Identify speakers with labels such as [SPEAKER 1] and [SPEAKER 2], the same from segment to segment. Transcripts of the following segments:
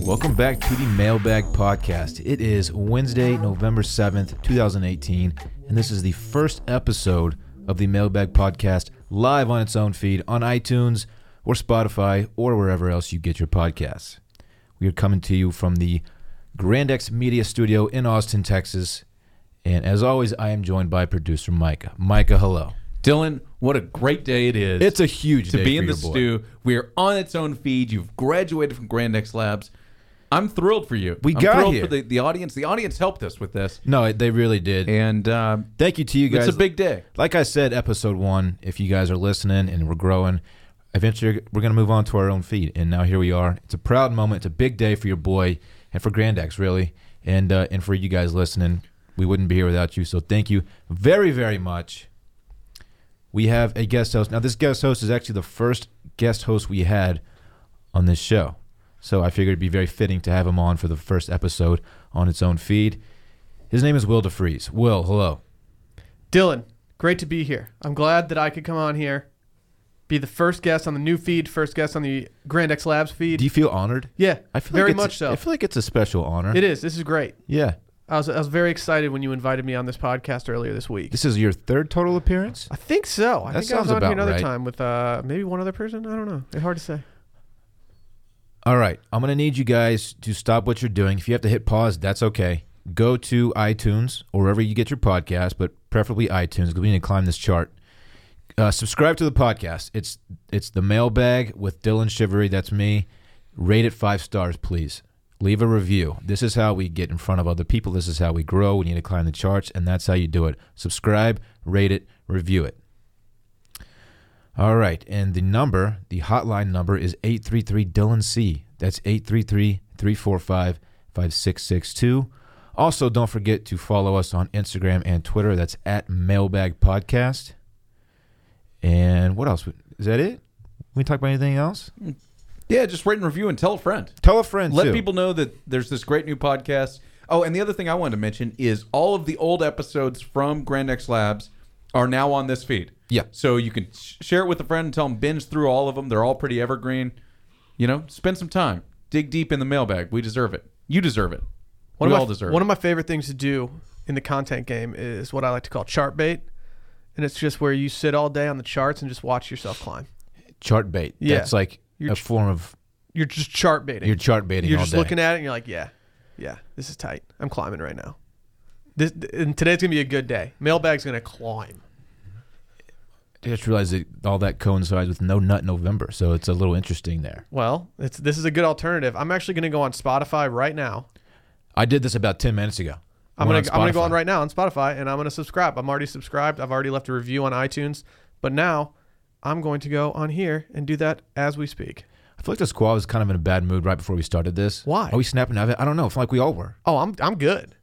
[SPEAKER 1] Welcome back to the Mailbag Podcast. It is Wednesday, November 7th, 2018, and this is the first episode of the Mailbag Podcast live on its own feed on iTunes or Spotify or wherever else you get your podcasts. We are coming to you from the Grand X Media Studio in Austin, Texas. And as always, I am joined by producer Micah. Micah, hello.
[SPEAKER 2] Dylan, what a great day it is.
[SPEAKER 1] It's a huge
[SPEAKER 2] to
[SPEAKER 1] day
[SPEAKER 2] be
[SPEAKER 1] for
[SPEAKER 2] in the
[SPEAKER 1] your boy.
[SPEAKER 2] stew. We are on its own feed. You've graduated from Grand X Labs. I'm thrilled for you.
[SPEAKER 1] We
[SPEAKER 2] I'm
[SPEAKER 1] got
[SPEAKER 2] thrilled
[SPEAKER 1] here.
[SPEAKER 2] for the, the audience. The audience helped us with this,
[SPEAKER 1] No, they really did.
[SPEAKER 2] and um,
[SPEAKER 1] Thank you to you guys.
[SPEAKER 2] it's a big day.
[SPEAKER 1] like I said, episode one, if you guys are listening and we're growing, eventually we're going to move on to our own feed. And now here we are. It's a proud moment. It's a big day for your boy and for Grand X, really. And, uh, and for you guys listening, we wouldn't be here without you. So thank you very, very much. We have a guest host. Now, this guest host is actually the first guest host we had on this show. So I figured it'd be very fitting to have him on for the first episode on its own feed. His name is Will DeFries. Will, hello.
[SPEAKER 3] Dylan, great to be here. I'm glad that I could come on here, be the first guest on the new feed, first guest on the Grand X Labs feed.
[SPEAKER 1] Do you feel honored?
[SPEAKER 3] yeah,
[SPEAKER 1] I feel
[SPEAKER 3] very
[SPEAKER 1] like it's-
[SPEAKER 3] much so.
[SPEAKER 1] I feel like it's a special honor.
[SPEAKER 3] it is. This is great.
[SPEAKER 1] Yeah.
[SPEAKER 3] I was, I was very excited when you invited me on this podcast earlier this week.
[SPEAKER 1] This is your third total appearance.
[SPEAKER 3] I think so. I
[SPEAKER 1] That
[SPEAKER 3] think I
[SPEAKER 1] sounds
[SPEAKER 3] was on
[SPEAKER 1] about
[SPEAKER 3] here another
[SPEAKER 1] right.
[SPEAKER 3] time with uh, maybe one other person. I don't know. It's hard to say.
[SPEAKER 1] All right. I'm going to need you guys to stop what you're doing. If you have to hit pause, that's okay. Go to iTunes or wherever you get your podcast, but preferably iTunes because we need to climb this chart. Uh, subscribe to the podcast. It's it's the mailbag with Dylan Shivery. That's me. Rate it five stars, please. Leave a review. This is how we get in front of other people. This is how we grow. We need to climb the charts, and that's how you do it. Subscribe, rate it, review it. All right. And the number, the hotline number is 833 Dylan C. That's 833 345 5662. Also, don't forget to follow us on Instagram and Twitter. That's at Mailbag Podcast. And what else? Is that it? We talk about anything else?
[SPEAKER 2] Yeah, just rate and review and tell a friend.
[SPEAKER 1] Tell a friend.
[SPEAKER 2] Let
[SPEAKER 1] too.
[SPEAKER 2] people know that there's this great new podcast. Oh, and the other thing I wanted to mention is all of the old episodes from Grand X Labs are now on this feed.
[SPEAKER 1] Yeah.
[SPEAKER 2] So you can sh- share it with a friend and tell them binge through all of them. They're all pretty evergreen. You know, spend some time. Dig deep in the mailbag. We deserve it. You deserve it.
[SPEAKER 3] One
[SPEAKER 2] we
[SPEAKER 3] of my,
[SPEAKER 2] all deserve
[SPEAKER 3] One
[SPEAKER 2] it.
[SPEAKER 3] of my favorite things to do in the content game is what I like to call chart bait. And it's just where you sit all day on the charts and just watch yourself climb.
[SPEAKER 1] Chart bait.
[SPEAKER 3] Yeah.
[SPEAKER 1] That's like
[SPEAKER 3] You're
[SPEAKER 1] a
[SPEAKER 3] ch-
[SPEAKER 1] form of.
[SPEAKER 3] You're just chart baiting.
[SPEAKER 1] You're chart baiting
[SPEAKER 3] You're
[SPEAKER 1] all
[SPEAKER 3] just
[SPEAKER 1] day.
[SPEAKER 3] looking at it and you're like, yeah, yeah, this is tight. I'm climbing right now. This and today's gonna be a good day. Mailbag's gonna climb.
[SPEAKER 1] I just realized that all that coincides with No Nut November. So it's a little interesting there.
[SPEAKER 3] Well, it's this is a good alternative. I'm actually gonna go on Spotify right now.
[SPEAKER 1] I did this about 10 minutes ago.
[SPEAKER 3] I'm
[SPEAKER 1] Went
[SPEAKER 3] gonna I'm gonna go
[SPEAKER 1] Spotify.
[SPEAKER 3] on right now on Spotify and I'm gonna subscribe. I'm already subscribed. I've already left a review on iTunes, but now I'm going to go on here and do that as we speak.
[SPEAKER 1] I feel like the squad was kind of in a bad mood right before we started this.
[SPEAKER 3] Why?
[SPEAKER 1] Are we snapping out of it? I don't know. I feel like we all were.
[SPEAKER 3] Oh, I'm I'm good.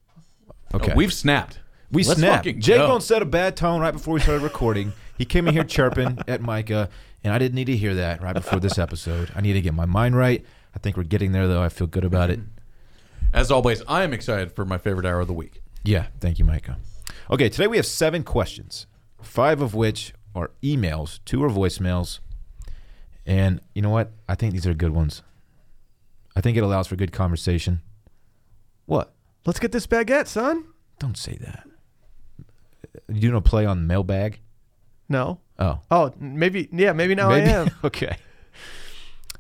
[SPEAKER 1] Okay.
[SPEAKER 2] We've snapped.
[SPEAKER 1] we
[SPEAKER 2] Let's
[SPEAKER 1] snapped.
[SPEAKER 2] fucking
[SPEAKER 1] Jake
[SPEAKER 2] go.
[SPEAKER 1] Bone set a bad tone right before we started recording. he came in here chirping at Micah, and I didn't need to hear that right before this episode. I need to get my mind right. I think we're getting there, though. I feel good about
[SPEAKER 2] Mm-hmm.
[SPEAKER 1] it.
[SPEAKER 2] As always, I am excited for my favorite hour of the week.
[SPEAKER 1] Yeah. Thank you, Micah. Okay. Today we have seven questions, five of which are emails, two are voicemails. And you know what? I think these are good ones. I think it allows for good conversation. What?
[SPEAKER 3] Let's get this baguette, son.
[SPEAKER 1] Don't say that. You doing a play on mailbag?
[SPEAKER 3] No.
[SPEAKER 1] Oh,
[SPEAKER 3] Oh, maybe yeah, maybe now
[SPEAKER 1] maybe.
[SPEAKER 3] I am.
[SPEAKER 1] okay.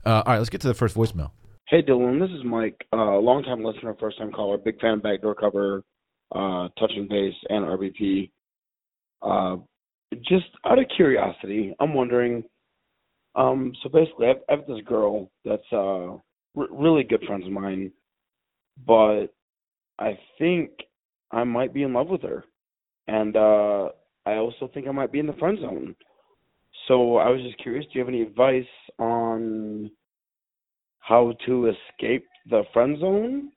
[SPEAKER 1] Uh, all right, let's get to the first voicemail.
[SPEAKER 4] Hey Dylan, this is Mike, uh, longtime listener, first time caller, big fan of backdoor cover, uh, touch and base, and RBP. Uh, just out of curiosity, I'm wondering. Um, so basically, I have, I have this girl that's uh, re- really good friends of mine, but I think I might be in love with her, and uh, I also think I might be in the friend zone. So I was just curious. Do you have any advice on? how to escape the friend zone,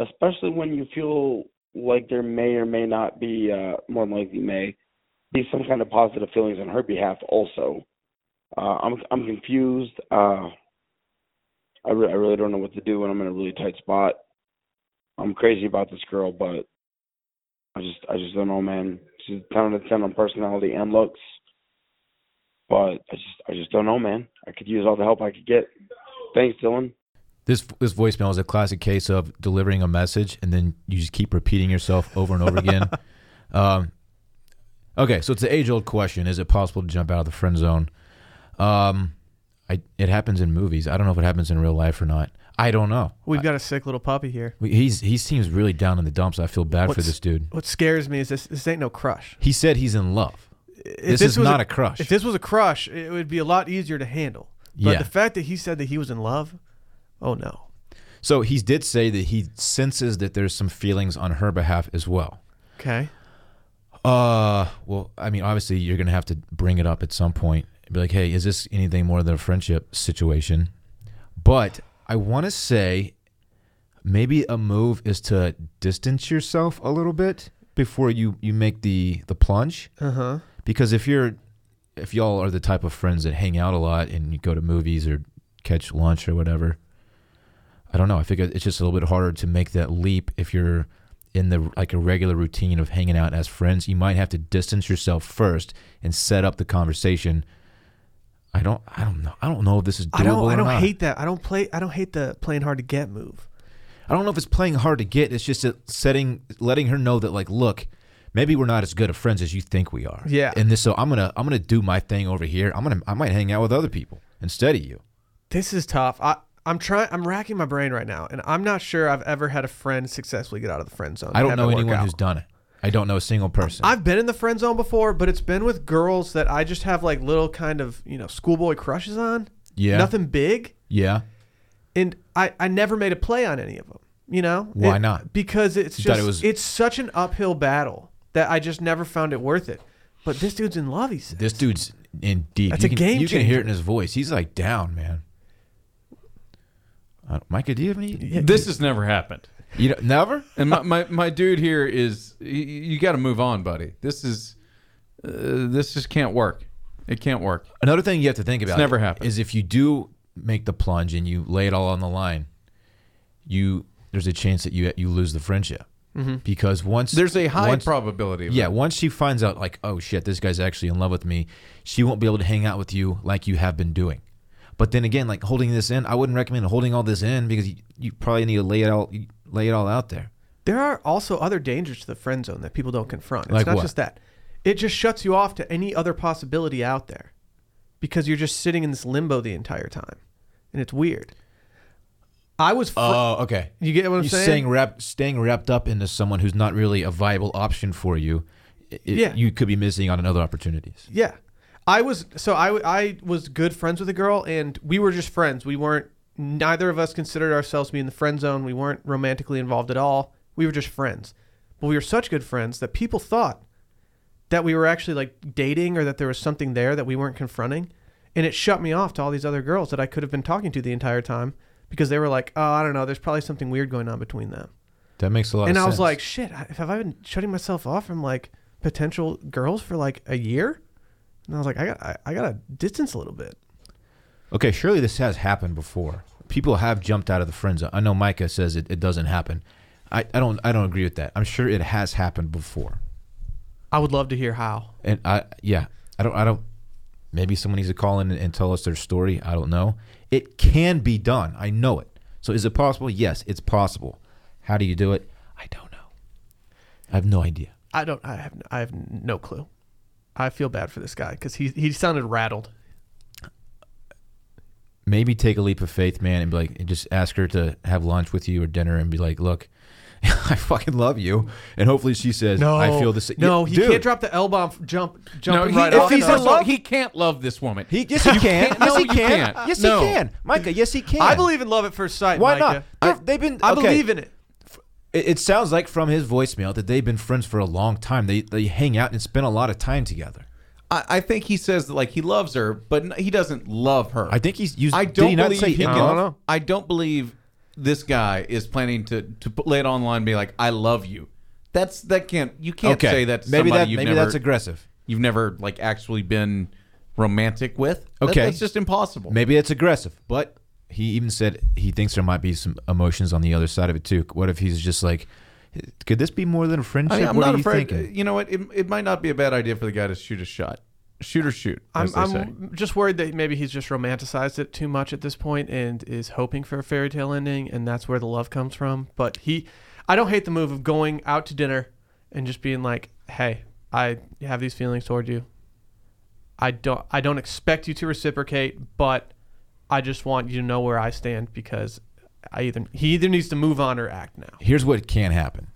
[SPEAKER 4] especially when you feel like there may or may not be, uh, more than likely may, be some kind of positive feelings on her behalf. Also, uh, I'm I'm confused. Uh, I re- I really don't know what to do when I'm in a really tight spot. I'm crazy about this girl, but I just I just don't know, man. She's a ten out of ten on personality and looks, but I just I just don't know, man. I could use all the help I could get. Thanks, Dylan.
[SPEAKER 1] This this voicemail is a classic case of delivering a message and then you just keep repeating yourself over and over again. Um, okay, so it's the age old question: Is it possible to jump out of the friend zone? Um, I, it happens in movies. I don't know if it happens in real life or not. I don't know.
[SPEAKER 3] We've got a sick little puppy here.
[SPEAKER 1] We- He's he seems really down in the dumps. I feel bad for
[SPEAKER 3] What's-
[SPEAKER 1] this dude.
[SPEAKER 3] What scares me is this. This ain't no crush.
[SPEAKER 1] He said he's in love.
[SPEAKER 3] If
[SPEAKER 1] This is not a crush.
[SPEAKER 3] If this was a crush, it would be a lot easier to handle. But
[SPEAKER 1] Yeah.
[SPEAKER 3] the fact that he said that he was in love, oh no.
[SPEAKER 1] So he did say that he senses that there's some feelings on her behalf as well.
[SPEAKER 3] Okay.
[SPEAKER 1] Uh, well, I mean, obviously you're gonna have to bring it up at some point. Be like, hey, is this anything more than a friendship situation? But I want to say, maybe a move is to distance yourself a little bit before you you make the the plunge.
[SPEAKER 3] Uh huh.
[SPEAKER 1] Because if you're if y'all are the type of friends that hang out a lot and you go to movies or catch lunch or whatever, I don't know. I figure it's just a little bit harder to make that leap if you're in the like a regular routine of hanging out as friends. You might have to distance yourself first and set up the conversation. I don't. I don't know. I don't know if this is doable
[SPEAKER 3] I don't.
[SPEAKER 1] or
[SPEAKER 3] I don't
[SPEAKER 1] not.
[SPEAKER 3] hate that. I don't play. I don't hate the playing hard to get move.
[SPEAKER 1] I don't know if it's playing hard to get. It's just that setting, letting her know that, like, look, maybe we're not as good of friends as you think we are.
[SPEAKER 3] Yeah.
[SPEAKER 1] And this, so I'm gonna, I'm gonna do my thing over here. I'm gonna, I might hang out with other people instead of you.
[SPEAKER 3] This is tough. I. I'm trying. I'm racking my brain right now, and I'm not sure I've ever had a friend successfully get out of the friend zone.
[SPEAKER 1] I don't
[SPEAKER 3] Have it
[SPEAKER 1] know
[SPEAKER 3] work
[SPEAKER 1] anyone
[SPEAKER 3] out.
[SPEAKER 1] who's done it. I don't know a single person.
[SPEAKER 3] I've been in the friend zone before, but it's been with girls that I just have like little kind of you know schoolboy crushes on.
[SPEAKER 1] Yeah.
[SPEAKER 3] Nothing big,
[SPEAKER 1] yeah.
[SPEAKER 3] and I I never made a play on any of them. You know
[SPEAKER 1] Why
[SPEAKER 3] It-
[SPEAKER 1] not?
[SPEAKER 3] Because it's
[SPEAKER 1] You thought
[SPEAKER 3] just
[SPEAKER 1] it was-
[SPEAKER 3] it's such an uphill battle that I just never found it worth it. But this dude's in love. He said.
[SPEAKER 1] This dude's in deep.
[SPEAKER 3] That's
[SPEAKER 1] you
[SPEAKER 3] a
[SPEAKER 1] can,
[SPEAKER 3] game
[SPEAKER 1] You can hear
[SPEAKER 3] changer.
[SPEAKER 1] it in his voice. He's like down, man. I don't- Micah, do you have any?
[SPEAKER 2] This has never happened.
[SPEAKER 1] You know, never.
[SPEAKER 2] And my, my, my dude here is y- y- you got to move on, buddy. This is uh, this just can't work. It can't work.
[SPEAKER 1] Another thing you have to think about
[SPEAKER 2] never happened.
[SPEAKER 1] is if you do make the plunge and you lay it all on the line, you there's a chance that you you lose the friendship because once
[SPEAKER 2] Mm-hmm. There's a high
[SPEAKER 1] once-
[SPEAKER 2] probability. Of
[SPEAKER 1] yeah once she finds out like oh shit this guy's actually in love with me she won't be able to hang out with you like you have been doing but then again like holding this in I wouldn't recommend holding all this in because you, you probably need to lay it all lay it all out there
[SPEAKER 3] There are also other dangers to the friend zone that people don't confront. It's
[SPEAKER 1] Like
[SPEAKER 3] not
[SPEAKER 1] what?
[SPEAKER 3] just that. It just shuts you off to any other possibility out there because you're just sitting in this limbo the entire time. And it's weird. I was. Fr-
[SPEAKER 1] oh okay
[SPEAKER 3] you get what I'm
[SPEAKER 1] you
[SPEAKER 3] saying?
[SPEAKER 1] staying wrapped staying wrapped up into someone who's not really a viable option for you it,
[SPEAKER 3] Yeah.
[SPEAKER 1] you could be missing out on other opportunities
[SPEAKER 3] Yeah. I was. So I, w- I was good friends with a girl and we were just friends. We weren't. Neither of us considered ourselves to be in the friend zone. We weren't romantically involved at all. We were just friends. But we were such good friends that people thought that we were actually like dating or that there was something there that we weren't confronting. And it shut me off to all these other girls that I could have been talking to the entire time because they were like, oh, I don't know, there's probably something weird going on between them.
[SPEAKER 1] that makes a lot
[SPEAKER 3] and
[SPEAKER 1] of
[SPEAKER 3] I
[SPEAKER 1] sense
[SPEAKER 3] was like, shit, I- have I been shutting myself off from like potential girls for like a year? And I was like, I got, I, I got to distance a little bit.
[SPEAKER 1] Okay, surely this has happened before. People have jumped out of the friend zone. I know Micah says it, it doesn't happen. I, I don't I don't agree with that. I'm sure it has happened before.
[SPEAKER 3] I would love to hear how.
[SPEAKER 1] And I yeah, I don't I don't maybe someone needs to call in and, and tell us their story. I don't know. It can be done. I know it. So is it possible? Yes, it's possible. How do you do it? I don't know. I have no idea.
[SPEAKER 3] I don't, I have, I have no clue. I feel bad for this guy because he, he sounded rattled.
[SPEAKER 1] Maybe take a leap of faith, man, and be like and just ask her to have lunch with you or dinner and be like, "Look, I fucking love you." And hopefully she says,
[SPEAKER 3] No,
[SPEAKER 1] "I feel the same."
[SPEAKER 3] No, he
[SPEAKER 1] Dude.
[SPEAKER 3] can't drop the L bomb. Jump,
[SPEAKER 2] No,
[SPEAKER 3] jumping
[SPEAKER 2] he,
[SPEAKER 3] right
[SPEAKER 2] if
[SPEAKER 3] off.
[SPEAKER 2] he's
[SPEAKER 3] the-
[SPEAKER 2] in love, he can't love this woman.
[SPEAKER 1] He yes he can.
[SPEAKER 2] No,
[SPEAKER 1] yes he
[SPEAKER 2] you
[SPEAKER 1] can.
[SPEAKER 2] can't.
[SPEAKER 1] Yes
[SPEAKER 2] No.
[SPEAKER 1] he can. Micah, yes he can.
[SPEAKER 3] I believe in love at first sight.
[SPEAKER 1] Why
[SPEAKER 3] Micah.
[SPEAKER 1] not? They've- they've been-
[SPEAKER 3] I
[SPEAKER 1] okay.
[SPEAKER 3] believe in it.
[SPEAKER 1] it, it sounds like from his voicemail that they've been friends for a long time. They they hang out and spend a lot of time together.
[SPEAKER 2] I, I think he says that like he loves her, but n- he doesn't love her.
[SPEAKER 1] I think he's used.
[SPEAKER 2] I
[SPEAKER 1] did
[SPEAKER 2] don't
[SPEAKER 1] he not
[SPEAKER 2] believe
[SPEAKER 1] say
[SPEAKER 2] he
[SPEAKER 1] in
[SPEAKER 2] can-
[SPEAKER 3] I
[SPEAKER 1] love?
[SPEAKER 3] don't know.
[SPEAKER 2] I don't believe this guy is planning to to put- lay it online and be like, "I love you." That's that can't you can't
[SPEAKER 1] Okay,
[SPEAKER 2] say that to
[SPEAKER 1] maybe
[SPEAKER 2] somebody
[SPEAKER 1] that
[SPEAKER 2] you've
[SPEAKER 1] maybe
[SPEAKER 2] never
[SPEAKER 1] that's aggressive.
[SPEAKER 2] you've never like actually been romantic with. That-
[SPEAKER 1] Okay.
[SPEAKER 2] that's just impossible.
[SPEAKER 1] Maybe it's aggressive, but he even said he thinks there might be some emotions on the other side of it too. What if he's just like, could this be more than a friendship?
[SPEAKER 2] I mean, Oh, I'm
[SPEAKER 1] what
[SPEAKER 2] not
[SPEAKER 1] are you
[SPEAKER 2] afraid.
[SPEAKER 1] thinking?
[SPEAKER 2] You know what? It, it might not be a bad idea for the guy to shoot a shot. Shoot or shoot,
[SPEAKER 3] I'm,
[SPEAKER 2] as they say.
[SPEAKER 3] I'm just worried that maybe he's just romanticized it too much at this point and is hoping for a fairy tale ending, and that's where the love comes from. But he, I don't hate the move of going out to dinner and just being like, "Hey, I have these feelings toward you. I don't, I don't expect you to reciprocate, but I just want you to know where I stand because I either he either needs to move on or act now.
[SPEAKER 1] here's what can happen.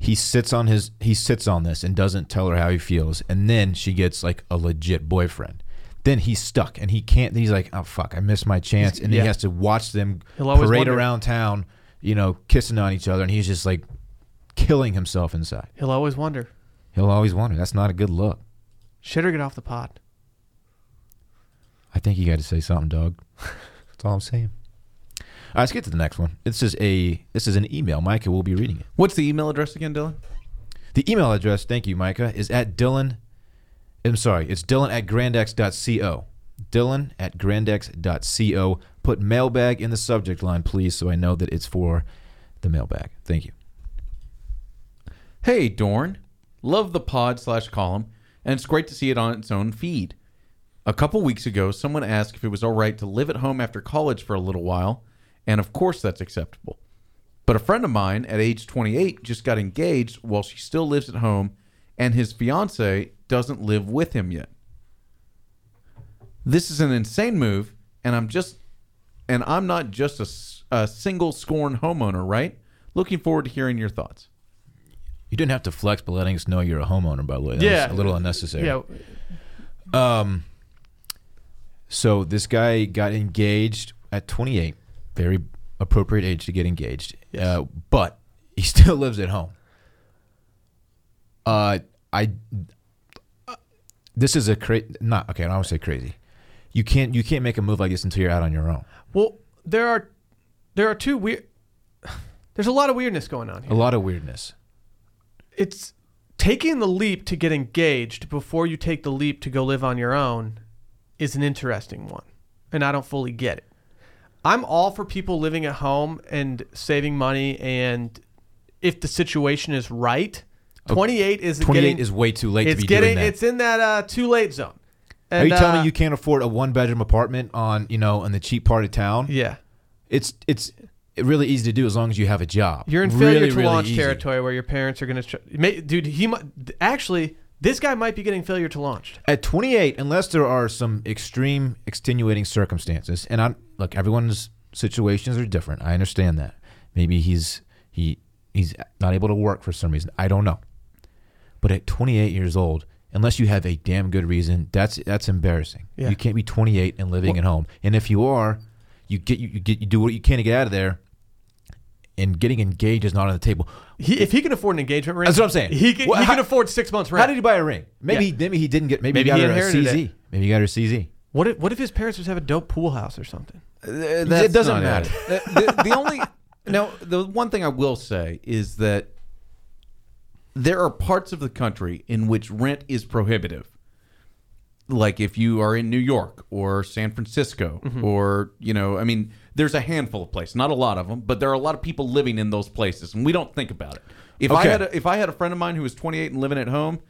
[SPEAKER 1] He sits on his he sits on this and doesn't tell her how he feels, and then she gets like a legit boyfriend. Then he's stuck and he can't. He's like, oh fuck, I missed my chance, and
[SPEAKER 3] yeah.
[SPEAKER 1] he has to watch them
[SPEAKER 3] He'll always
[SPEAKER 1] parade
[SPEAKER 3] wonder.
[SPEAKER 1] around town, you know, kissing on each other, and he's just like killing himself inside.
[SPEAKER 3] He'll always wonder,
[SPEAKER 1] He'll always wonder. That's not a good look.
[SPEAKER 3] should or get off the pot."
[SPEAKER 1] I think you got to say something, dog. That's all I'm saying. All right, let's get to the next one. This is a this is an email. Micah will be reading it.
[SPEAKER 2] What's the email address again, Dylan?
[SPEAKER 1] The email address, thank you, Micah, is at Dylan. I'm sorry, it's Dylan at grandex.co. Dylan at grandex.co. Put mailbag in the subject line, please, so I know that it's for the mailbag. Thank you.
[SPEAKER 2] Hey, Dorn. Love the pod slash column, and it's great to see it on its own feed. A couple weeks ago, someone asked if it was all right to live at home after college for a little while, and of course that's acceptable. But a friend of mine at age 28 just got engaged while she still lives at home, and his fiance doesn't live with him yet. This is an insane move, and I'm just and I'm not just a s- a single scorn homeowner, right? Looking forward to hearing your thoughts.
[SPEAKER 1] You didn't have to flex, but letting us know you're a homeowner, by the way. That
[SPEAKER 3] Yeah.
[SPEAKER 1] was a little unnecessary.
[SPEAKER 3] Yeah,
[SPEAKER 1] Um, so this guy got engaged at 28, very appropriate age to get engaged. Uh, but he still lives at home. Uh, I. uh, This is a cra- not okay. I don't want to say crazy. You can't you can't make a move like this until you're out on your own.
[SPEAKER 3] Well, there are there are two weird. There's a lot of weirdness going on
[SPEAKER 1] A
[SPEAKER 3] here.
[SPEAKER 1] lot of weirdness.
[SPEAKER 3] It's taking the leap to get engaged before you take the leap to go live on your own is an interesting one, and I don't fully get it. I'm all for people living at home and saving money, and if the situation is right, 28 is
[SPEAKER 1] 28
[SPEAKER 3] getting,
[SPEAKER 1] is way too late to
[SPEAKER 3] it's
[SPEAKER 1] be
[SPEAKER 3] getting
[SPEAKER 1] doing that.
[SPEAKER 3] it's in that uh, too late zone.
[SPEAKER 1] Are you
[SPEAKER 3] And,
[SPEAKER 1] telling
[SPEAKER 3] uh,
[SPEAKER 1] me you can't afford a one bedroom apartment on you know in the cheap part of town?
[SPEAKER 3] Yeah.
[SPEAKER 1] It's it's really easy to do as long as you have a job.
[SPEAKER 3] You're in
[SPEAKER 1] really,
[SPEAKER 3] failure to
[SPEAKER 1] really
[SPEAKER 3] launch
[SPEAKER 1] easy.
[SPEAKER 3] territory where your parents are going to. Tr- may, dude, he might actually. This guy might be getting failure to launch.
[SPEAKER 1] at 28 unless there are some extreme extenuating circumstances and i'm look everyone's situations are different i understand that maybe he's he he's not able to work for some reason i don't know but at 28 years old unless you have a damn good reason that's that's embarrassing
[SPEAKER 3] Yeah.
[SPEAKER 1] you can't be 28 and living at home and if you are you get you, you get you do what you can to get out of there and getting engaged is not on the table
[SPEAKER 3] He, if he can afford an engagement ring,
[SPEAKER 1] That's what I'm saying.
[SPEAKER 3] He can,
[SPEAKER 1] Well,
[SPEAKER 3] he
[SPEAKER 1] how-
[SPEAKER 3] can afford six months rent.
[SPEAKER 1] how did he buy a ring maybe
[SPEAKER 3] Yeah.
[SPEAKER 1] maybe he didn't get maybe,
[SPEAKER 3] Maybe
[SPEAKER 1] he got
[SPEAKER 3] he
[SPEAKER 1] her a
[SPEAKER 3] inherited
[SPEAKER 1] cz maybe he got her a cz
[SPEAKER 3] what if what if his parents just have a dope pool house or something?
[SPEAKER 1] It doesn't
[SPEAKER 2] not
[SPEAKER 1] matter.
[SPEAKER 2] it. the, the- the only now, the one thing I will say is that there are parts of the country in which rent is prohibitive. Like if you are in New York or San Francisco,
[SPEAKER 3] Mm-hmm.
[SPEAKER 2] or you know, I mean, there's a handful of places, not a lot of them, but there are a lot of people living in those places, and we don't think about it. If I
[SPEAKER 1] Okay.
[SPEAKER 2] had a, if I had a friend of mine who was 28 and living at home,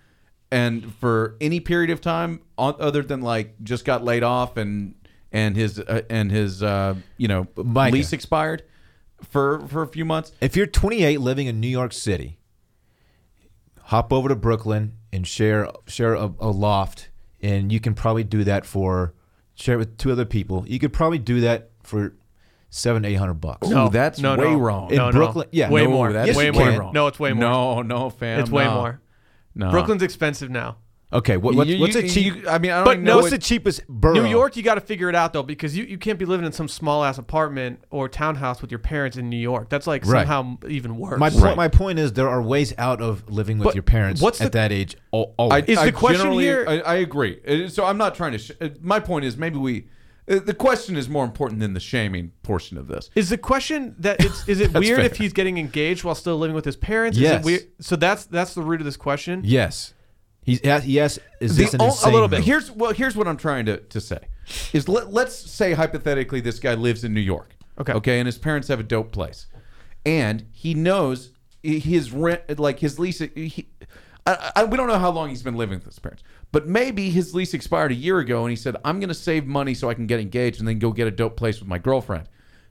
[SPEAKER 2] and for any period of time o- other than like just got laid off and and his uh, and his uh, you know
[SPEAKER 1] Micah.
[SPEAKER 2] lease expired for for a few months,
[SPEAKER 1] If you're 28 living in New York City, hop over to Brooklyn and share share a, a loft, and you can probably do that for share it with two other people. You could probably do that for seven eight hundred bucks.
[SPEAKER 2] No, Ooh, that's way wrong.
[SPEAKER 1] In Brooklyn- yeah,
[SPEAKER 3] way
[SPEAKER 1] no,
[SPEAKER 3] more.
[SPEAKER 1] that's-
[SPEAKER 2] Yes,
[SPEAKER 3] way
[SPEAKER 2] you
[SPEAKER 3] more.
[SPEAKER 2] can.
[SPEAKER 3] No, it's way more.
[SPEAKER 2] No, no, fam,
[SPEAKER 3] It's way
[SPEAKER 2] no.
[SPEAKER 3] more.
[SPEAKER 2] No,
[SPEAKER 3] Brooklyn's expensive now.
[SPEAKER 1] Okay, what, what,
[SPEAKER 2] You-
[SPEAKER 1] what's
[SPEAKER 2] you-
[SPEAKER 1] the cheap?
[SPEAKER 2] you- I mean, I don't
[SPEAKER 3] But
[SPEAKER 2] even
[SPEAKER 3] no,
[SPEAKER 2] know
[SPEAKER 1] what's
[SPEAKER 2] what-
[SPEAKER 1] the cheapest borough?
[SPEAKER 3] New York, you got to figure it out though, because you, you can't be living in some small ass apartment or townhouse with your parents in New York. That's like
[SPEAKER 1] Right.
[SPEAKER 3] somehow even worse.
[SPEAKER 1] My point, my point is there are ways out of living with
[SPEAKER 3] But
[SPEAKER 1] your parents
[SPEAKER 3] what's
[SPEAKER 1] at
[SPEAKER 3] the-
[SPEAKER 1] that age. Al- always.
[SPEAKER 3] is the question
[SPEAKER 2] generally-
[SPEAKER 3] here-
[SPEAKER 2] I, I agree. Uh, So I'm not trying to. Sh- uh, my point is maybe we. uh, The question is more important than the shaming portion of this.
[SPEAKER 3] Is the question that it's is it
[SPEAKER 1] That's
[SPEAKER 3] weird
[SPEAKER 1] fair.
[SPEAKER 3] if he's getting engaged while still living with his parents? Is
[SPEAKER 1] Yes.
[SPEAKER 3] it weird? So that's that's the root of this question.
[SPEAKER 1] yes, he's yes. Is this an
[SPEAKER 2] The o-
[SPEAKER 1] insane
[SPEAKER 2] a little bit?
[SPEAKER 1] move?
[SPEAKER 2] Here's well, here's what I'm trying to, to say is let, let's say hypothetically this guy lives in New York.
[SPEAKER 3] Okay.
[SPEAKER 2] Okay, and his parents have a dope place, and he knows i- his rent, like his lease. He, I, I, we don't know how long he's been living with his parents, but maybe his lease expired a year ago, and he said, "I'm going to save money so I can get engaged and then go get a dope place with my girlfriend."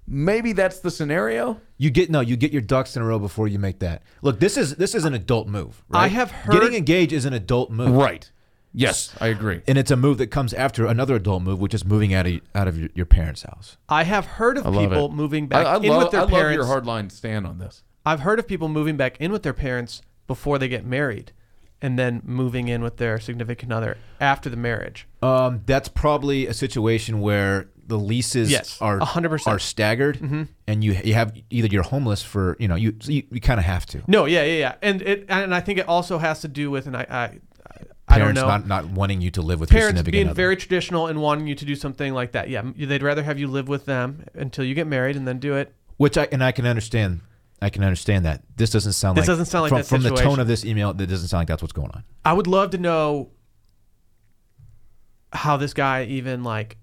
[SPEAKER 2] Maybe that's the scenario.
[SPEAKER 1] You get no, you get your ducks in a row before you make that. Look, this is this is an adult move. Right?
[SPEAKER 3] I have heard-
[SPEAKER 1] getting engaged is an adult move,
[SPEAKER 2] Right. Yes, I agree.
[SPEAKER 1] And it's a move that comes after another adult move, which is moving out of out of your, your parents' house.
[SPEAKER 3] I have heard of
[SPEAKER 2] love
[SPEAKER 3] people
[SPEAKER 2] it.
[SPEAKER 3] moving
[SPEAKER 2] I,
[SPEAKER 3] back
[SPEAKER 2] I
[SPEAKER 3] in
[SPEAKER 2] love,
[SPEAKER 3] with their
[SPEAKER 2] I love
[SPEAKER 3] parents.
[SPEAKER 2] your hardline stand on this.
[SPEAKER 3] I've heard of people moving back in with their parents before they get married, and then moving in with their significant other after the marriage.
[SPEAKER 1] Um, that's probably a situation where the leases
[SPEAKER 3] Yes,
[SPEAKER 1] are
[SPEAKER 3] 100%.
[SPEAKER 1] are staggered,
[SPEAKER 3] Mm-hmm.
[SPEAKER 1] and you you have either you're homeless for you know you so you, you kind of have to.
[SPEAKER 3] No, yeah, yeah, yeah, and it and I think it also has to do with and I I, I I don't
[SPEAKER 1] Parents
[SPEAKER 3] know
[SPEAKER 1] not not wanting you to live with your
[SPEAKER 3] parents
[SPEAKER 1] significant
[SPEAKER 3] being
[SPEAKER 1] other.
[SPEAKER 3] very traditional and wanting you to do something like that. Yeah, m- they'd rather have you live with them until you get married and then do it.
[SPEAKER 1] Which I and I can understand. I can understand that. This doesn't sound
[SPEAKER 3] This
[SPEAKER 1] like
[SPEAKER 3] doesn't sound like
[SPEAKER 1] from,
[SPEAKER 3] that
[SPEAKER 1] from the tone
[SPEAKER 3] situation.
[SPEAKER 1] of this email. That doesn't sound like that's what's going on.
[SPEAKER 3] I would love to know how this guy even like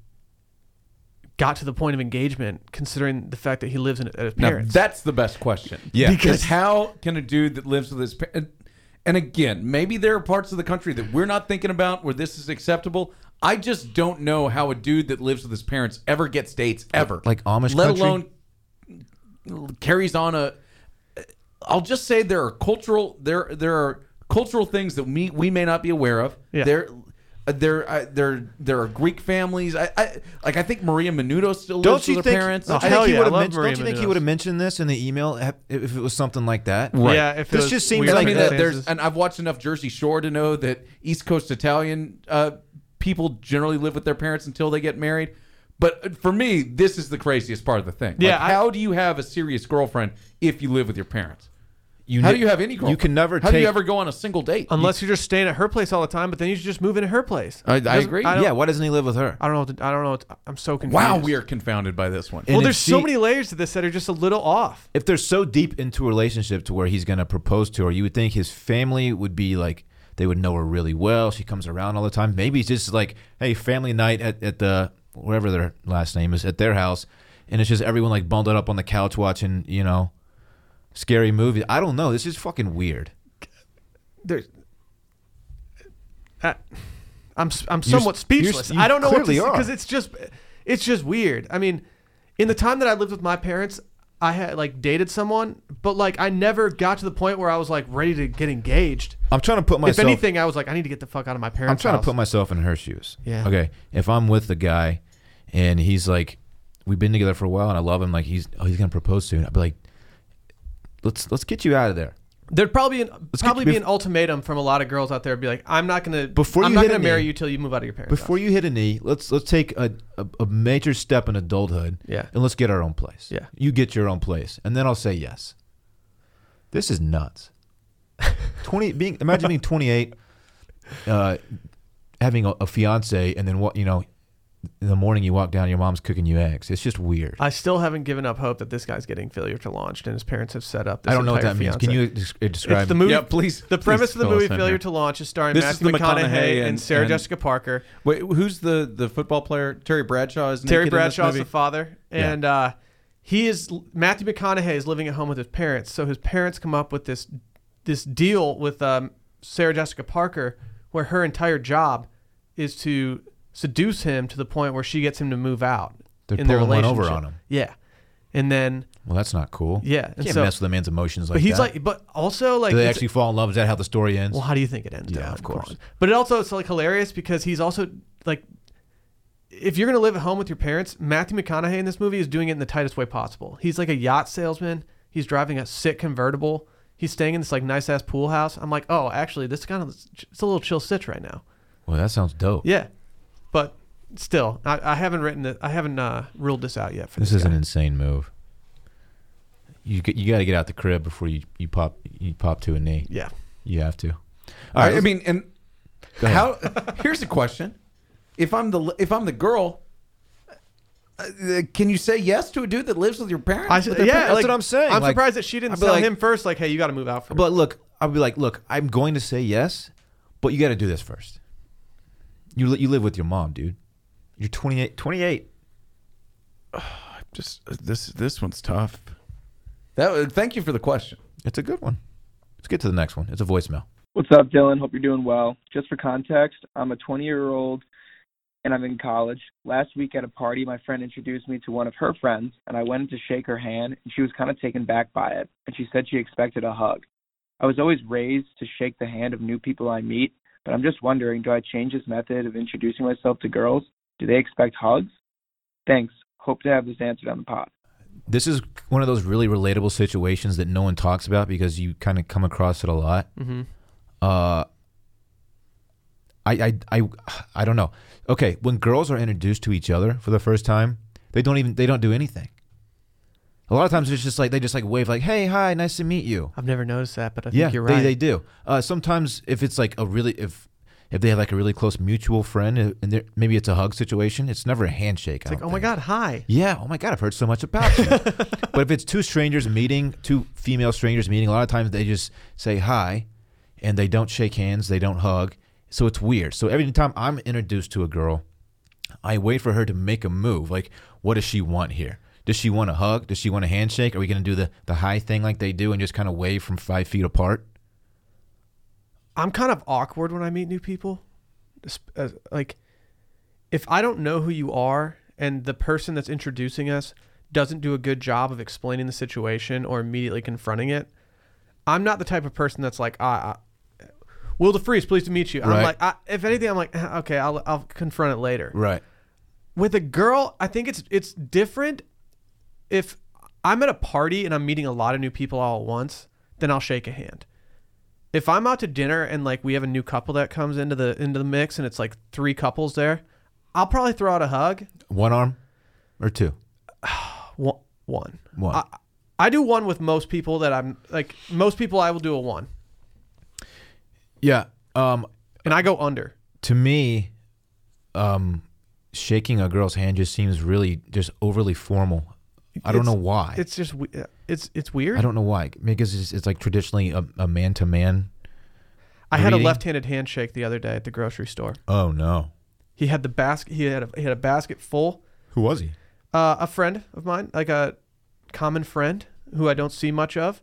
[SPEAKER 3] got to the point of engagement, considering the fact that he lives in at his
[SPEAKER 2] Now,
[SPEAKER 3] parents.
[SPEAKER 2] that's the best question.
[SPEAKER 1] Yeah.
[SPEAKER 2] Because how can a dude that lives with his parents, and again, maybe there are parts of the country that we're not thinking about where this is acceptable. I just don't know how a dude that lives with his parents ever gets dates ever.
[SPEAKER 1] Like Amish
[SPEAKER 2] Let
[SPEAKER 1] country?
[SPEAKER 2] alone carries on a. I'll just say there are cultural there there are cultural things that we we may not be aware of.
[SPEAKER 3] Yeah.
[SPEAKER 2] There. uh, There, I, there, there are Greek families. I, I, like. I think Maria Menudo still lives with her parents.
[SPEAKER 1] I
[SPEAKER 3] Oh,
[SPEAKER 1] think
[SPEAKER 3] hell
[SPEAKER 1] he
[SPEAKER 3] yeah,
[SPEAKER 1] would've
[SPEAKER 3] I love
[SPEAKER 1] men- don't
[SPEAKER 3] Maria
[SPEAKER 1] you think he
[SPEAKER 3] Menounos.
[SPEAKER 1] would have mentioned this in the email ha- if it was something like that?
[SPEAKER 2] Right.
[SPEAKER 3] Yeah, if it
[SPEAKER 1] This
[SPEAKER 3] was
[SPEAKER 1] just seems
[SPEAKER 3] weird
[SPEAKER 2] And I
[SPEAKER 1] like
[SPEAKER 2] mean, that
[SPEAKER 3] circumstances.
[SPEAKER 2] there's, and I've watched enough Jersey Shore to know that East Coast Italian uh, people generally live with their parents until they get married. But uh, for me, this is the craziest part of the thing. Like,
[SPEAKER 3] Yeah, I-
[SPEAKER 2] how do you have a serious girlfriend if you live with your parents?
[SPEAKER 1] You
[SPEAKER 2] How
[SPEAKER 1] ne-
[SPEAKER 2] do you have any girlfriend?
[SPEAKER 1] You can never
[SPEAKER 2] How
[SPEAKER 1] take.
[SPEAKER 2] do you ever go on a single date?
[SPEAKER 3] Unless you're just staying at her place all the time, but then you should just move into her place.
[SPEAKER 2] I- I
[SPEAKER 3] Doesn't-
[SPEAKER 2] agree.
[SPEAKER 3] I don't,
[SPEAKER 1] yeah. Why doesn't he live with her?
[SPEAKER 3] I don't know. What to, I don't know. What to- I'm so confused.
[SPEAKER 2] wow, we are confounded by this one.
[SPEAKER 1] And
[SPEAKER 3] Well,
[SPEAKER 1] if
[SPEAKER 3] there's so
[SPEAKER 1] she-
[SPEAKER 3] many layers to this that are just a little off.
[SPEAKER 1] If they're so deep into a relationship to where he's going to propose to her, you would think his family would be like they would know her really well. She comes around all the time. Maybe it's just like, hey, family night at, at the wherever their last name is at their house, and it's just everyone like bundled up on the couch watching you know scary movies. I don't know. This is fucking weird.
[SPEAKER 3] There's. I, I'm s-
[SPEAKER 1] You're
[SPEAKER 3] I'm
[SPEAKER 1] s-
[SPEAKER 3] somewhat
[SPEAKER 1] you're s-
[SPEAKER 3] speechless.
[SPEAKER 1] you
[SPEAKER 3] I don't know what to
[SPEAKER 1] clearly are.
[SPEAKER 3] because it's just it's just weird. I mean, in the time that I lived with my parents, I had like dated someone, but like I never got to the point where I was like ready to get engaged.
[SPEAKER 1] I'm trying to put myself.
[SPEAKER 3] if anything, I was like, I need to get the fuck out of my
[SPEAKER 1] I'm
[SPEAKER 3] parents'
[SPEAKER 1] trying
[SPEAKER 3] house.
[SPEAKER 1] to put myself in her shoes.
[SPEAKER 3] Yeah.
[SPEAKER 1] Okay. If I'm with the guy, and he's like, we've been together for a while, and I love him. Like he's oh he's gonna propose soon. I'd be like, let's let's get you out of there.
[SPEAKER 3] There'd probably an,
[SPEAKER 1] get-
[SPEAKER 3] probably be
[SPEAKER 1] bef-
[SPEAKER 3] an ultimatum from a lot of girls out there. Be like, I'm not gonna
[SPEAKER 1] Before
[SPEAKER 3] I'm
[SPEAKER 1] you
[SPEAKER 3] not
[SPEAKER 1] hit
[SPEAKER 3] gonna
[SPEAKER 1] a
[SPEAKER 3] marry
[SPEAKER 1] knee-
[SPEAKER 3] you till you move out of your parents.
[SPEAKER 1] Before you hit a knee, let's let's take a, a, a major step in adulthood.
[SPEAKER 3] Yeah.
[SPEAKER 1] And let's get our own place.
[SPEAKER 3] Yeah.
[SPEAKER 1] You get your own place, and then I'll say yes. This is nuts. Twenty being imagine being 28, uh, having a, a fiance, and then what you know. In the morning, you walk down, your mom's cooking you eggs. It's just weird.
[SPEAKER 3] I still haven't given up hope that this guy's getting failure to launched, and his parents have set up. This
[SPEAKER 1] I don't know what
[SPEAKER 3] entire
[SPEAKER 1] that means.
[SPEAKER 3] fiancé.
[SPEAKER 1] Can you des- describe?
[SPEAKER 3] It's the movie.
[SPEAKER 2] Yeah, please-
[SPEAKER 3] The
[SPEAKER 2] please
[SPEAKER 3] premise of the
[SPEAKER 2] fill us
[SPEAKER 3] movie
[SPEAKER 2] in
[SPEAKER 3] "Failure
[SPEAKER 2] here.
[SPEAKER 3] to Launch" is starring
[SPEAKER 2] This is
[SPEAKER 3] Matthew
[SPEAKER 2] the
[SPEAKER 3] McConaughey,
[SPEAKER 2] McConaughey
[SPEAKER 3] and,
[SPEAKER 2] and-
[SPEAKER 3] Sarah
[SPEAKER 2] and-
[SPEAKER 3] Jessica Parker.
[SPEAKER 2] Wait, who's the the football player? Terry Bradshaw is
[SPEAKER 3] Terry
[SPEAKER 2] naked in this
[SPEAKER 3] Bradshaw's the
[SPEAKER 2] movie?
[SPEAKER 3] father,
[SPEAKER 1] Yeah.
[SPEAKER 3] and uh, he is Matthew McConaughey is living at home with his parents. So his parents come up with this this deal with um, Sarah Jessica Parker, where her entire job is to seduce him to the point where she gets him to move out
[SPEAKER 1] They're
[SPEAKER 3] in their
[SPEAKER 1] pulling one
[SPEAKER 3] relationship.
[SPEAKER 1] over on him.
[SPEAKER 3] Yeah, and then
[SPEAKER 1] well, that's not cool.
[SPEAKER 3] Yeah,
[SPEAKER 1] you
[SPEAKER 3] and
[SPEAKER 1] can't
[SPEAKER 3] so-
[SPEAKER 1] mess with a man's emotions like
[SPEAKER 3] but he's
[SPEAKER 1] that.
[SPEAKER 3] like, but also like
[SPEAKER 1] do they
[SPEAKER 3] it's-
[SPEAKER 1] actually fall in love? Is that how the story ends?
[SPEAKER 3] Well, how do you think it ends?
[SPEAKER 1] Yeah,
[SPEAKER 3] Dylan?
[SPEAKER 1] of
[SPEAKER 3] Come
[SPEAKER 1] course.
[SPEAKER 3] on. But it also it's like hilarious because he's also like, if you're gonna live at home with your parents, Matthew McConaughey in this movie is doing it in the tightest way possible. He's like a yacht salesman. He's driving a sick convertible. He's staying in this like nice ass pool house. I'm like, oh, actually, this kind of it's a little chill sitch right now.
[SPEAKER 1] Well, that sounds dope.
[SPEAKER 3] Yeah, but still, I, I haven't written it. I haven't uh, ruled this out yet for this.
[SPEAKER 1] This is
[SPEAKER 3] guy.
[SPEAKER 1] an insane move. You g- you got to get out the crib before you, you pop you pop to a knee.
[SPEAKER 3] yeah.
[SPEAKER 1] You have to. All
[SPEAKER 2] I,
[SPEAKER 1] right.
[SPEAKER 2] I mean, and how? Here's a question: If I'm the if I'm the girl, uh, can you say yes to a dude that lives with your parents?
[SPEAKER 3] I,
[SPEAKER 2] With
[SPEAKER 3] yeah,
[SPEAKER 2] their parents?
[SPEAKER 1] that's what I'm saying,
[SPEAKER 3] I'm
[SPEAKER 1] like,
[SPEAKER 3] surprised that she didn't
[SPEAKER 1] I'd be
[SPEAKER 3] tell
[SPEAKER 1] like-
[SPEAKER 3] him first. Like, hey, you got to move out. For
[SPEAKER 1] but look, I'll be like, look, I'm going to say yes, but you got to do this first. You li- you live with your mom, dude. You're 28. 28.
[SPEAKER 2] just uh, this this one's tough. That uh, thank you for the question.
[SPEAKER 1] It's a good one. Let's get to the next one. It's a voicemail.
[SPEAKER 4] Well,
[SPEAKER 5] What's up, Dylan? Hope you're doing well. Just for context, I'm a 20 year old and I'm in college. Last week at a party, my friend introduced me to one of her friends, and I went to shake her hand, and she was kind of taken back by it, and she said she expected a hug. I was always raised to shake the hand of new people I meet, but I'm just wondering do I change this method of introducing myself to girls? Do they expect hugs? Thanks. Hope to have this answered on the pod.
[SPEAKER 1] This is one of those really relatable situations that no one talks about because you kind of come across it a lot.
[SPEAKER 3] Mm-hmm.
[SPEAKER 1] Uh, I, I, I, I don't know. Okay, when girls are introduced to each other for the first time, they don't even they don't do anything. A lot of times it's just like they just like wave like, "Hey, hi, nice to meet you."
[SPEAKER 3] I've never noticed that, but I think
[SPEAKER 1] yeah,
[SPEAKER 3] you're right.
[SPEAKER 1] they they do. Uh, sometimes if it's like a really if if they have like a really close mutual friend uh, and they're- maybe it's a hug situation, it's never a handshake.
[SPEAKER 3] it's like, oh my god, hi.
[SPEAKER 1] Yeah, oh my God, I've heard so much about you. but if it's two strangers meeting, two female strangers meeting, a lot of times they just say hi and they don't shake hands, they don't hug. So it's weird. So every time I'm introduced to a girl, I wait for her to make a move. Like, what does she want here? Does she want a hug? Does she want a handshake? Are we going to do the, the high thing like they do and just kind of wave from five feet apart?
[SPEAKER 3] I'm kind of awkward when I meet new people. Es- uh, Like, if I don't know who you are and the person that's introducing us doesn't do a good job of explaining the situation or immediately confronting it, I'm not the type of person that's like, ah, ah, Will DeFreeze, pleased to meet you.
[SPEAKER 1] Right.
[SPEAKER 3] I'm like, I, if anything, I'm like, "Ah, okay, I'll, I'll confront it later.
[SPEAKER 1] Right.
[SPEAKER 3] with a girl i think it's it's different if i'm at a party and i'm meeting a lot of new people all at once then i'll shake a hand if i'm out to dinner and like we have a new couple that comes into the into the mix and it's like three couples there i'll probably throw out a hug
[SPEAKER 1] One arm or two?
[SPEAKER 3] one, one.
[SPEAKER 1] One.
[SPEAKER 3] I, I do one with most people that i'm like most people i will do a one
[SPEAKER 1] yeah. Um,
[SPEAKER 3] and i go under
[SPEAKER 1] to me, um, shaking a girl's hand just seems really just overly formal. I don't
[SPEAKER 3] It's-
[SPEAKER 1] know why.
[SPEAKER 3] it's just we- it's it's weird
[SPEAKER 1] I don't know why because it's, it's like traditionally a, a man-to-man.
[SPEAKER 3] I had a
[SPEAKER 1] Reading?
[SPEAKER 3] left-handed handshake the other day at the grocery store
[SPEAKER 1] Oh no,
[SPEAKER 3] he had the basket he had a, he had a basket full
[SPEAKER 1] who was he?
[SPEAKER 3] uh, a friend of mine, like a common friend who I don't see much of,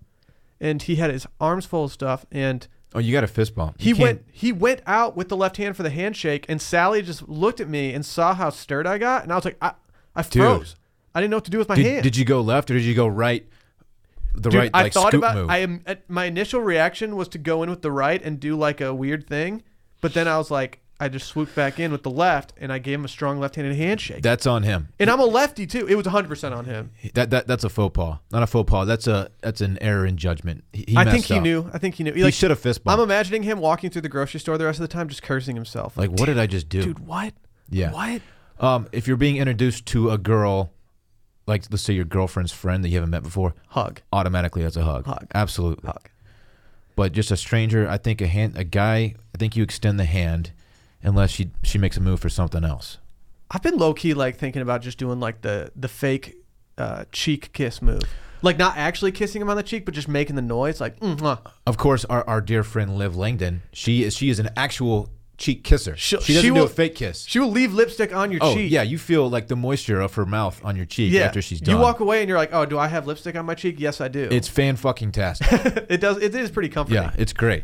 [SPEAKER 3] and he had his arms full of stuff. And
[SPEAKER 1] Oh, you got a fist bump.
[SPEAKER 3] he
[SPEAKER 1] You can't-
[SPEAKER 3] went he went out with the left hand for the handshake, and Sally just looked at me and saw how stirred I got, and I was like, I, I
[SPEAKER 1] Dude.
[SPEAKER 3] froze. I didn't know what to do with my
[SPEAKER 1] Did,
[SPEAKER 3] hand.
[SPEAKER 1] did you go left or did you go right? The
[SPEAKER 3] Dude,
[SPEAKER 1] right
[SPEAKER 3] I
[SPEAKER 1] like
[SPEAKER 3] thought
[SPEAKER 1] scoop
[SPEAKER 3] about
[SPEAKER 1] move.
[SPEAKER 3] I am at, my initial reaction was to go in with the right and do like a weird thing, but then I was like, I just swooped back in with the left, and I gave him a strong left-handed handshake.
[SPEAKER 1] That's on him.
[SPEAKER 3] and I'm a lefty too. It was 100% on him.
[SPEAKER 1] That that that's a faux pas. Not a faux pas. That's a that's an error in judgment. He, he
[SPEAKER 3] I
[SPEAKER 1] messed
[SPEAKER 3] think he
[SPEAKER 1] up.
[SPEAKER 3] knew. I think he knew.
[SPEAKER 1] He
[SPEAKER 3] like,
[SPEAKER 1] should have fist
[SPEAKER 3] I'm
[SPEAKER 1] bumped.
[SPEAKER 3] imagining him walking through the grocery store the rest of the time, just cursing himself.
[SPEAKER 1] like what did I just do?
[SPEAKER 3] dude, what?
[SPEAKER 1] Yeah.
[SPEAKER 3] What?
[SPEAKER 1] Um, if you're being introduced to a girl, like let's say your girlfriend's friend that you haven't met before,
[SPEAKER 3] Hug.
[SPEAKER 1] automatically that's a hug.
[SPEAKER 3] Hug.
[SPEAKER 1] Absolutely.
[SPEAKER 3] Hug.
[SPEAKER 1] But just a stranger, I think a hand, a guy, I think you extend the hand, unless she she makes a move for something else.
[SPEAKER 3] I've been low key like thinking about just doing like the the fake uh, cheek kiss move. Like not actually kissing him on the cheek, but just making the noise like mm
[SPEAKER 1] Of course, our, our dear friend Liv Langdon, she is she is an actual cheek kisser.
[SPEAKER 3] She'll-
[SPEAKER 1] she doesn't
[SPEAKER 3] she
[SPEAKER 1] do
[SPEAKER 3] will-
[SPEAKER 1] a fake kiss.
[SPEAKER 3] She will leave lipstick on your
[SPEAKER 1] oh
[SPEAKER 3] cheek.
[SPEAKER 1] yeah, you feel like the moisture of her mouth on your cheek
[SPEAKER 3] Yeah.
[SPEAKER 1] after she's done.
[SPEAKER 3] You walk away and you're like, "Oh, do I have lipstick on my cheek?" Yes, I do.
[SPEAKER 1] It's fan fucking tastic.
[SPEAKER 3] it does. It is pretty comforting.
[SPEAKER 1] yeah, it's great.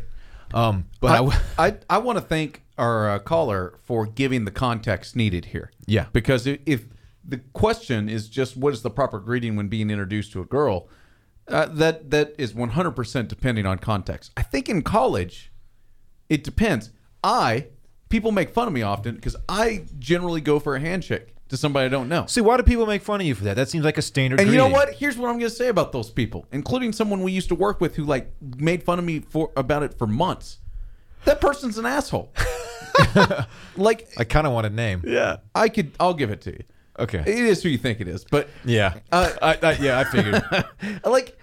[SPEAKER 1] Um, but I
[SPEAKER 2] I,
[SPEAKER 1] w-
[SPEAKER 2] I, I want to thank our uh, caller for giving the context needed here.
[SPEAKER 1] Yeah.
[SPEAKER 2] Because if, if the question is just what is the proper greeting when being introduced to a girl, uh, that that is 100% depending on context. I think in college, it depends. I, people make fun of me often because I generally go for a handshake to somebody I don't know.
[SPEAKER 1] see, why do people make fun of you for that? That seems like a standard.
[SPEAKER 2] And you know
[SPEAKER 1] greeting.
[SPEAKER 2] what? Here's what I'm going to say about those people, including someone we used to work with who like made fun of me for about it for months. That person's an asshole. like
[SPEAKER 1] I kind of want a name.
[SPEAKER 3] Yeah.
[SPEAKER 2] I could, I'll give it to you.
[SPEAKER 1] Okay.
[SPEAKER 2] It is who you think it is, but
[SPEAKER 1] Yeah.
[SPEAKER 2] Uh,
[SPEAKER 1] I, I, yeah, I figured.
[SPEAKER 2] like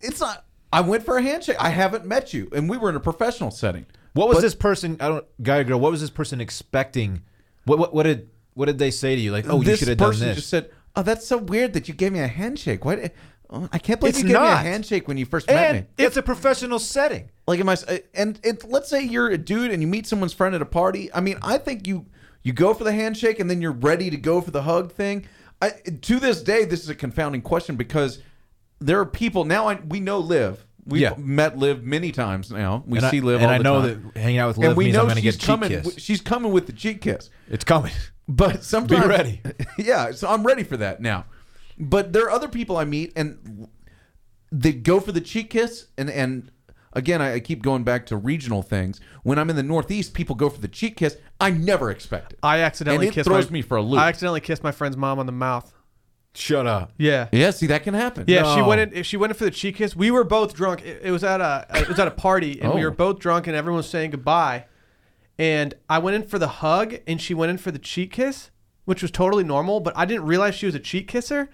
[SPEAKER 2] it's not. I went for a handshake. I haven't met you, and we were in a professional setting.
[SPEAKER 1] What was
[SPEAKER 2] But-
[SPEAKER 1] this person? I don't guy or girl. What was this person expecting? What what what did what did they say to you? Like, oh, you
[SPEAKER 2] this
[SPEAKER 1] should have done
[SPEAKER 2] person
[SPEAKER 1] this.
[SPEAKER 2] just said, "Oh, that's so weird that you gave me a handshake. What? oh, I can't believe
[SPEAKER 1] It's
[SPEAKER 2] you gave
[SPEAKER 1] not.
[SPEAKER 2] me a handshake when you first met
[SPEAKER 1] and
[SPEAKER 2] me."
[SPEAKER 1] it's a professional setting.
[SPEAKER 2] Like, am I? uh, And it, let's say you're a dude and you meet someone's friend at a party. I mean, I think you you go for the handshake and then you're ready to go for the hug thing. I, to this day, this is a confounding question because there are people now. I, we know Liv. We've
[SPEAKER 1] Yeah.
[SPEAKER 2] met Liv many times now. We
[SPEAKER 1] and
[SPEAKER 2] see
[SPEAKER 1] I,
[SPEAKER 2] Liv,
[SPEAKER 1] and
[SPEAKER 2] all
[SPEAKER 1] I
[SPEAKER 2] the
[SPEAKER 1] know
[SPEAKER 2] time.
[SPEAKER 1] that hanging out with Liv
[SPEAKER 2] and we
[SPEAKER 1] means
[SPEAKER 2] know
[SPEAKER 1] I'm going to
[SPEAKER 2] she's
[SPEAKER 1] get cheek
[SPEAKER 2] coming.
[SPEAKER 1] kissed.
[SPEAKER 2] She's coming with the cheek kiss.
[SPEAKER 1] It's coming.
[SPEAKER 2] But sometimes
[SPEAKER 1] ready.
[SPEAKER 2] yeah, so I'm ready for that now. But there are other people I meet and they go for the cheek kiss and and again I, I keep going back to regional things. When I'm in the Northeast, people go for the cheek kiss. I never expect it.
[SPEAKER 3] I accidentally
[SPEAKER 2] And it
[SPEAKER 3] kissed
[SPEAKER 2] throws
[SPEAKER 3] my,
[SPEAKER 2] me for a loop.
[SPEAKER 3] I accidentally kissed my friend's mom on the mouth.
[SPEAKER 1] Shut up.
[SPEAKER 3] Yeah.
[SPEAKER 2] yeah, see that can happen.
[SPEAKER 3] Yeah, she
[SPEAKER 1] No.
[SPEAKER 3] went in. If she went in for the cheek kiss, we were both drunk. It, it was at a it was at a party, and we
[SPEAKER 2] Oh.
[SPEAKER 3] were both drunk, and everyone was saying goodbye. And I went in for the hug, and she went in for the cheek kiss, which was totally normal. But I didn't realize she was a cheek kisser,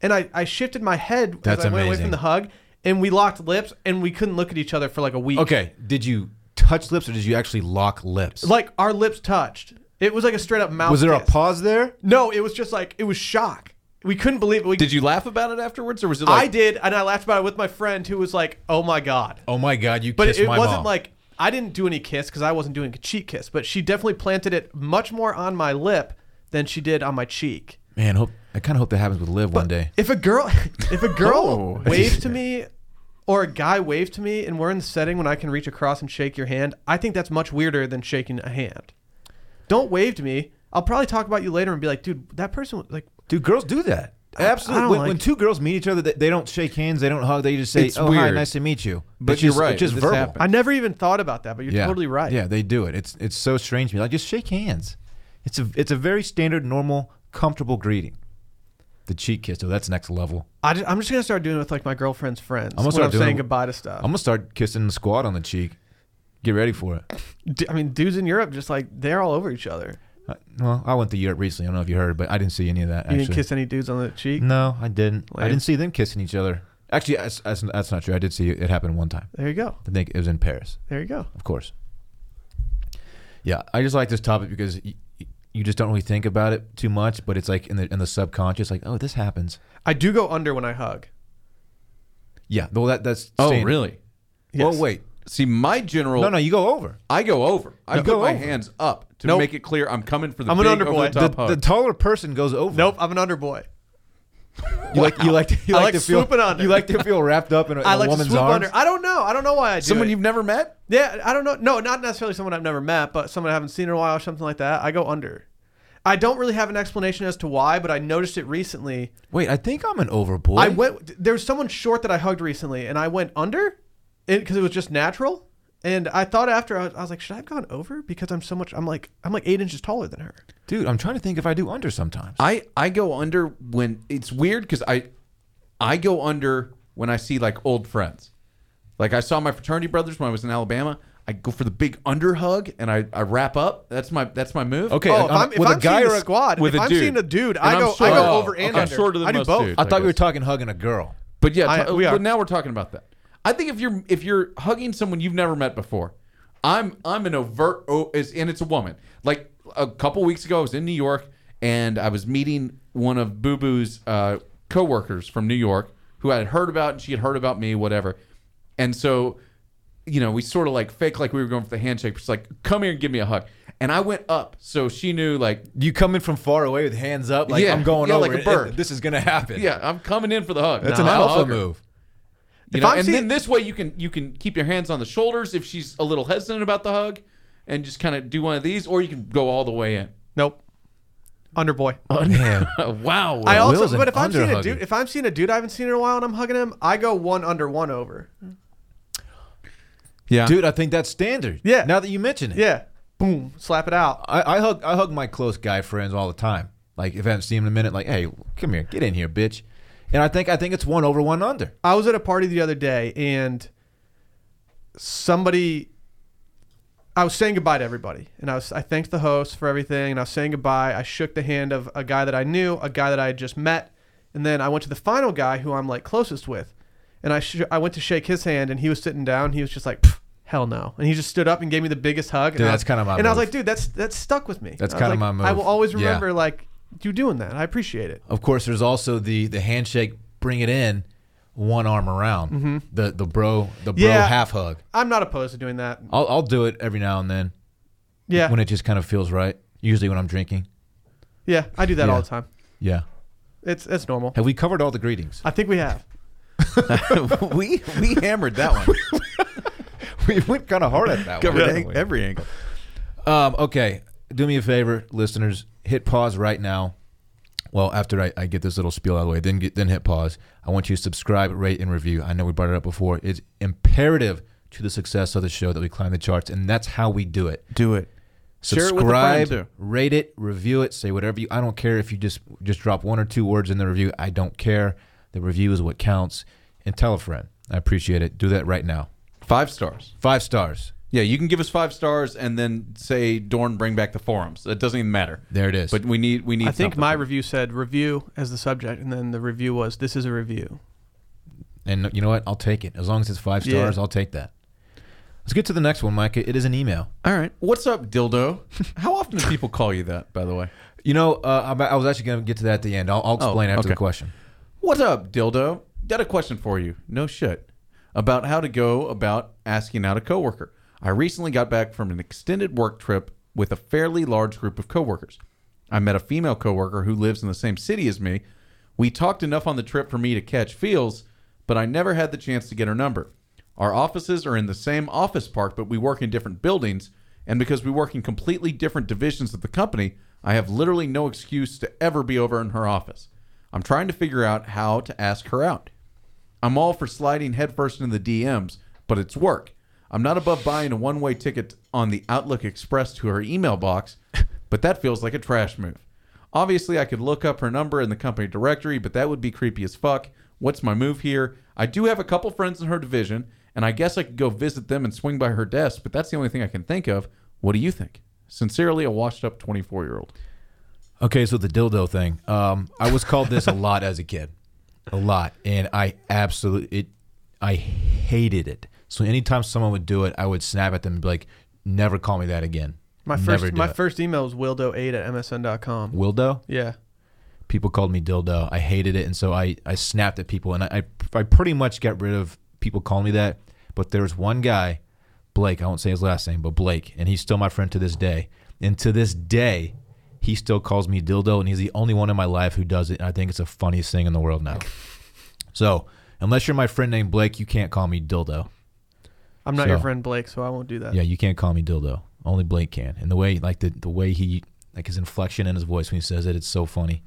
[SPEAKER 3] and I, I shifted my head
[SPEAKER 1] That's
[SPEAKER 3] as I went away
[SPEAKER 1] amazing.
[SPEAKER 3] from the hug, and we locked lips, and we couldn't look at each other for like a week.
[SPEAKER 1] Okay, did you touch lips or did you actually lock lips?
[SPEAKER 3] like our lips touched. It was like a straight up mouth.
[SPEAKER 1] was there a
[SPEAKER 3] kiss.
[SPEAKER 1] pause there?
[SPEAKER 3] No, it was just like it was shock. We couldn't believe it. We,
[SPEAKER 2] Did you laugh about it afterwards or was it
[SPEAKER 3] I
[SPEAKER 2] like
[SPEAKER 3] did, and I laughed about it with my friend who was like, "Oh my god."
[SPEAKER 1] Oh my God, you
[SPEAKER 3] But
[SPEAKER 1] kissed
[SPEAKER 3] it
[SPEAKER 1] my
[SPEAKER 3] wasn't
[SPEAKER 1] mom.
[SPEAKER 3] like I didn't do any kiss because I wasn't doing a cheek kiss, but she definitely planted it much more on my lip than she did on my cheek.
[SPEAKER 1] man. Hope I kind of hope that happens with Liv one day.
[SPEAKER 3] If a girl, if a girl
[SPEAKER 2] Oh.
[SPEAKER 3] waves to me, or a guy waves to me, and we're in the setting when I can reach across and shake your hand, I think that's much weirder than shaking a hand. Don't wave to me. I'll probably talk about you later and be like, dude, that person was like,
[SPEAKER 1] Dude, girls do that. Absolutely.
[SPEAKER 3] I don't
[SPEAKER 1] when,
[SPEAKER 3] like
[SPEAKER 1] when
[SPEAKER 3] it.
[SPEAKER 1] two girls meet each other, they, they don't shake hands, they don't hug, they just say,
[SPEAKER 2] It's
[SPEAKER 1] "Oh, hi,
[SPEAKER 2] weird.
[SPEAKER 1] nice to meet you."
[SPEAKER 2] But
[SPEAKER 1] It's
[SPEAKER 2] you're
[SPEAKER 1] just,
[SPEAKER 2] right,
[SPEAKER 1] It's just
[SPEAKER 2] this
[SPEAKER 1] verbal.
[SPEAKER 2] happens.
[SPEAKER 3] I never even thought about that, but you're totally right.
[SPEAKER 1] Yeah, they do it. It's it's so strange to me. Like, just shake hands. It's a it's a very standard, normal, comfortable greeting. The cheek kiss, though, that's next level.
[SPEAKER 3] I am just gonna start doing it with like my girlfriend's friends
[SPEAKER 1] gonna
[SPEAKER 3] when
[SPEAKER 1] start
[SPEAKER 3] I'm
[SPEAKER 1] doing
[SPEAKER 3] saying
[SPEAKER 1] it-
[SPEAKER 3] goodbye to stuff.
[SPEAKER 1] I'm gonna start kissing the squad on the cheek. Get ready for it.
[SPEAKER 3] D- I mean, dudes in Europe just like they're all over each other.
[SPEAKER 1] Uh, well, I went to Europe recently. I don't know if you heard, but I didn't see any of that.
[SPEAKER 3] You
[SPEAKER 1] Actually, Mm.
[SPEAKER 3] didn't kiss any dudes on the cheek.
[SPEAKER 1] no, I didn't. I
[SPEAKER 3] Lame.
[SPEAKER 1] didn't see them kissing each other. Actually, that's, that's, that's not true. I did see it happen one time.
[SPEAKER 3] There you go.
[SPEAKER 1] I think it was in Paris.
[SPEAKER 3] There you go.
[SPEAKER 1] of course. Yeah, I just like this topic because y- y- you just don't really think about it too much, but it's like in the in the subconscious, like oh, this happens.
[SPEAKER 3] I do go under when I hug.
[SPEAKER 1] Yeah, well that that's
[SPEAKER 2] Oh,
[SPEAKER 1] staying-
[SPEAKER 2] really?
[SPEAKER 1] Oh
[SPEAKER 3] Yes.
[SPEAKER 1] wait,
[SPEAKER 2] See, my general
[SPEAKER 1] no, no, you go over.
[SPEAKER 2] I go over. I
[SPEAKER 1] No,
[SPEAKER 2] put
[SPEAKER 1] go
[SPEAKER 2] my
[SPEAKER 1] over.
[SPEAKER 2] hands up to
[SPEAKER 3] Nope.
[SPEAKER 2] make it clear I'm coming for the
[SPEAKER 3] I'm an
[SPEAKER 2] big
[SPEAKER 3] underboy.
[SPEAKER 2] over the
[SPEAKER 1] The,
[SPEAKER 2] top hug.
[SPEAKER 1] the taller person goes over.
[SPEAKER 3] Nope, I'm an underboy.
[SPEAKER 1] you like you like to, you
[SPEAKER 3] I
[SPEAKER 1] like,
[SPEAKER 3] like
[SPEAKER 1] to feel
[SPEAKER 3] swooping under.
[SPEAKER 1] you like to feel wrapped up in a, in
[SPEAKER 3] I
[SPEAKER 1] a
[SPEAKER 3] like to
[SPEAKER 1] woman's
[SPEAKER 3] swoop
[SPEAKER 1] arms.
[SPEAKER 3] under. I don't know. I don't know why I do
[SPEAKER 2] Someone
[SPEAKER 3] it.
[SPEAKER 2] you've never met?
[SPEAKER 3] yeah, I don't know. No, not necessarily someone I've never met, but someone I haven't seen in a while or something like that. I go under. I don't really have an explanation as to why, but I noticed it recently.
[SPEAKER 1] Wait, I think I'm an overboy.
[SPEAKER 3] I went. There was someone short that I hugged recently, and I went under, because it, was just natural. And I thought after I was, I was like, should I have gone over? Because I'm so much. I'm like I'm like eight inches taller than her.
[SPEAKER 1] dude. I'm trying to think if I do under sometimes.
[SPEAKER 2] I I go under when it's weird because I I go under when I see like old friends. Like I saw my fraternity brothers when I was in Alabama. I go for the big under hug and I, I wrap up. That's my that's my move.
[SPEAKER 1] Okay,
[SPEAKER 3] Oh,
[SPEAKER 1] on-
[SPEAKER 3] if I'm, if
[SPEAKER 1] with a
[SPEAKER 3] I'm
[SPEAKER 1] guy
[SPEAKER 3] seeing
[SPEAKER 1] or a-
[SPEAKER 3] the squad,
[SPEAKER 2] with
[SPEAKER 3] if
[SPEAKER 2] a
[SPEAKER 3] I'm
[SPEAKER 2] dude.
[SPEAKER 3] seeing a dude,
[SPEAKER 2] And
[SPEAKER 3] I
[SPEAKER 2] I'm
[SPEAKER 3] go, I
[SPEAKER 2] shorter-
[SPEAKER 3] go
[SPEAKER 2] Oh,
[SPEAKER 3] over and
[SPEAKER 2] okay. I'm
[SPEAKER 3] under.
[SPEAKER 2] shorter than
[SPEAKER 3] I do
[SPEAKER 2] most
[SPEAKER 3] both.
[SPEAKER 2] dudes.
[SPEAKER 1] I thought we were
[SPEAKER 2] guess.
[SPEAKER 1] talking hugging a girl.
[SPEAKER 2] But yeah,
[SPEAKER 3] I-
[SPEAKER 2] t-
[SPEAKER 3] we are.
[SPEAKER 2] but now we're talking about that. I think if you're if you're hugging someone you've never met before, I'm I'm an overt oh, is and it's a woman. Like a couple weeks ago, I was in New York and I was meeting one of Boo Boo's uh, coworkers from New York who I had heard about and she had heard about me, whatever. And so, you know, we sort of like fake like we were going for the handshake. She's like, "Come here and give me a hug." And I went up, so she knew like
[SPEAKER 1] You come in from far away with hands up, like
[SPEAKER 2] Yeah.
[SPEAKER 1] I'm going
[SPEAKER 2] Yeah,
[SPEAKER 1] over.
[SPEAKER 2] like a
[SPEAKER 1] it, it-
[SPEAKER 2] bird.
[SPEAKER 1] This is gonna happen.
[SPEAKER 2] Yeah, I'm coming in for the hug.
[SPEAKER 1] that's
[SPEAKER 2] No,
[SPEAKER 1] an
[SPEAKER 2] I'm a
[SPEAKER 1] alpha
[SPEAKER 2] hugger.
[SPEAKER 1] move.
[SPEAKER 2] You
[SPEAKER 3] If
[SPEAKER 2] know,
[SPEAKER 3] I'm
[SPEAKER 2] and
[SPEAKER 3] seeing-
[SPEAKER 2] then this way you can you can keep your hands on the shoulders if she's a little hesitant about the hug, and just kind of do one of these, or you can go all the way in.
[SPEAKER 3] Nope, underboy.
[SPEAKER 1] Oh, Man.
[SPEAKER 2] wow, Will.
[SPEAKER 3] I
[SPEAKER 1] Will's
[SPEAKER 3] also,
[SPEAKER 1] an
[SPEAKER 3] but if I'm seeing
[SPEAKER 1] underhugger.
[SPEAKER 3] a dude, if I'm seeing a dude I haven't seen in a while and I'm hugging him, I go one under, one over.
[SPEAKER 2] yeah,
[SPEAKER 1] Dude, I think that's standard.
[SPEAKER 3] Yeah.
[SPEAKER 1] Now that you mention it.
[SPEAKER 3] Yeah, boom, slap it out.
[SPEAKER 1] I, I hug I hug my close guy friends all the time. Like if I haven't seen him in a minute, like, hey, come here, get in here, bitch. And I think I think it's one over one under.
[SPEAKER 3] I was at a party the other day and somebody I was saying goodbye to everybody and I was I thanked the host for everything and I was saying goodbye. I shook the hand of a guy that I knew, a guy that I had just met, and then I went to the final guy who I'm like closest with. And I sh- I went to shake his hand and he was sitting down. He was just like "Pff, Hell no! And he just stood up and gave me the biggest hug. and
[SPEAKER 1] Dude,
[SPEAKER 3] I
[SPEAKER 1] that's
[SPEAKER 3] was-
[SPEAKER 1] kinda my
[SPEAKER 3] And I was
[SPEAKER 1] move.
[SPEAKER 3] like, dude, that's that's stuck with me.
[SPEAKER 1] That's
[SPEAKER 3] I was
[SPEAKER 1] kinda
[SPEAKER 3] like,
[SPEAKER 1] my
[SPEAKER 3] I
[SPEAKER 1] move.
[SPEAKER 3] will always
[SPEAKER 1] Yeah.
[SPEAKER 3] remember like you doing that. I appreciate it.
[SPEAKER 1] Of course, there's also the the handshake, bring it in, one arm around. The the bro the bro
[SPEAKER 3] Mm-hmm. Yeah.
[SPEAKER 1] half hug.
[SPEAKER 3] I'm not opposed to doing that.
[SPEAKER 1] I'll I'll do it every now and then
[SPEAKER 3] Yeah,
[SPEAKER 1] when it just kind of feels right. Usually when I'm drinking.
[SPEAKER 3] yeah, I do that
[SPEAKER 1] Yeah.
[SPEAKER 3] all the time.
[SPEAKER 1] Yeah.
[SPEAKER 3] It's it's normal.
[SPEAKER 1] Have we covered all the greetings?
[SPEAKER 3] I think we have.
[SPEAKER 2] we we hammered that one.
[SPEAKER 1] we went kind of hard at that
[SPEAKER 2] Covered
[SPEAKER 1] one.
[SPEAKER 2] ang-
[SPEAKER 1] didn't we?
[SPEAKER 2] every angle.
[SPEAKER 1] Um, okay, do me a favor, listeners. Hit pause right now. Well, after I, I get this little spiel out of the way, then get, then hit pause. I want you to subscribe, rate, and review. I know we brought it up before. It's imperative to the success of the show that we climb the charts, and that's how we do it.
[SPEAKER 2] Do it. Share it with a friend,
[SPEAKER 1] Subscribe,
[SPEAKER 2] too.
[SPEAKER 1] rate it, review it, say whatever you. I don't care if you just just drop one or two words in the review. I don't care. The review is what counts. And tell a friend. I appreciate it. Do that right now.
[SPEAKER 2] Five stars.
[SPEAKER 1] Five stars.
[SPEAKER 2] Yeah, you can give us five stars and then say Dorn bring back the forums. It doesn't even matter.
[SPEAKER 1] There it is.
[SPEAKER 2] But we need we need.
[SPEAKER 3] I think
[SPEAKER 2] something.
[SPEAKER 3] my review said review as the subject, and then the review was this is a review.
[SPEAKER 1] And you know what? I'll take it. As long as it's five
[SPEAKER 3] Yeah.
[SPEAKER 1] stars, I'll take that. Let's get to the next one, Micah. It is an email.
[SPEAKER 2] All right. What's up, dildo? How often do people call you that? By the way.
[SPEAKER 1] You know, uh, I I was actually going to get to that at the end. I'll, I'll
[SPEAKER 3] Oh,
[SPEAKER 1] explain after
[SPEAKER 2] okay.
[SPEAKER 1] the question.
[SPEAKER 2] What's up, dildo? Got a question for you. No shit. About how to go about asking out a coworker. I recently got back from an extended work trip with a fairly large group of coworkers. I met a female coworker who lives in the same city as me. We talked enough on the trip for me to catch feels, but I never had the chance to get her number. Our offices are in the same office park, but we work in different buildings, and because we work in completely different divisions of the company, I have literally no excuse to ever be over in her office. I'm trying to figure out how to ask her out. I'm all for sliding headfirst into the DMs, but it's work. I'm not above buying a one way ticket on the Outlook Express to her email box, but that feels like a trash move. Obviously, I could look up her number in the company directory, but that would be creepy as fuck. What's my move here? I do have a couple friends in her division, and I guess I could go visit them and swing by her desk, but that's the only thing I can think of. What do you think? Sincerely, a washed up 24 year old.
[SPEAKER 1] Okay, so the dildo thing. Um, I was called this a lot as a kid, a lot, and I absolutely it. I hated it. So anytime someone would do it, I would snap at them and be like, "Never call me that again."
[SPEAKER 3] My
[SPEAKER 1] Never
[SPEAKER 3] first
[SPEAKER 1] do
[SPEAKER 3] my
[SPEAKER 1] it."
[SPEAKER 3] first email was wildo8 at msn.com.
[SPEAKER 1] Wildo.
[SPEAKER 3] Yeah.
[SPEAKER 1] people called me dildo. I hated it, and so I, I snapped at people, and I, I I pretty much got rid of people calling me that. But there's one guy, Blake. I won't say his last name, but Blake, and he's still my friend to this day. And to this day, he still calls me dildo, and he's the only one in my life who does it. And I think it's the funniest thing in the world now. So unless you're my friend named Blake, you can't call me dildo.
[SPEAKER 3] I'm not your
[SPEAKER 1] So-
[SPEAKER 3] friend Blake, so I won't do that.
[SPEAKER 1] Yeah, you can't call me dildo. Only Blake can. And the way like the the way he like his inflection in his voice when he says it, it's so funny.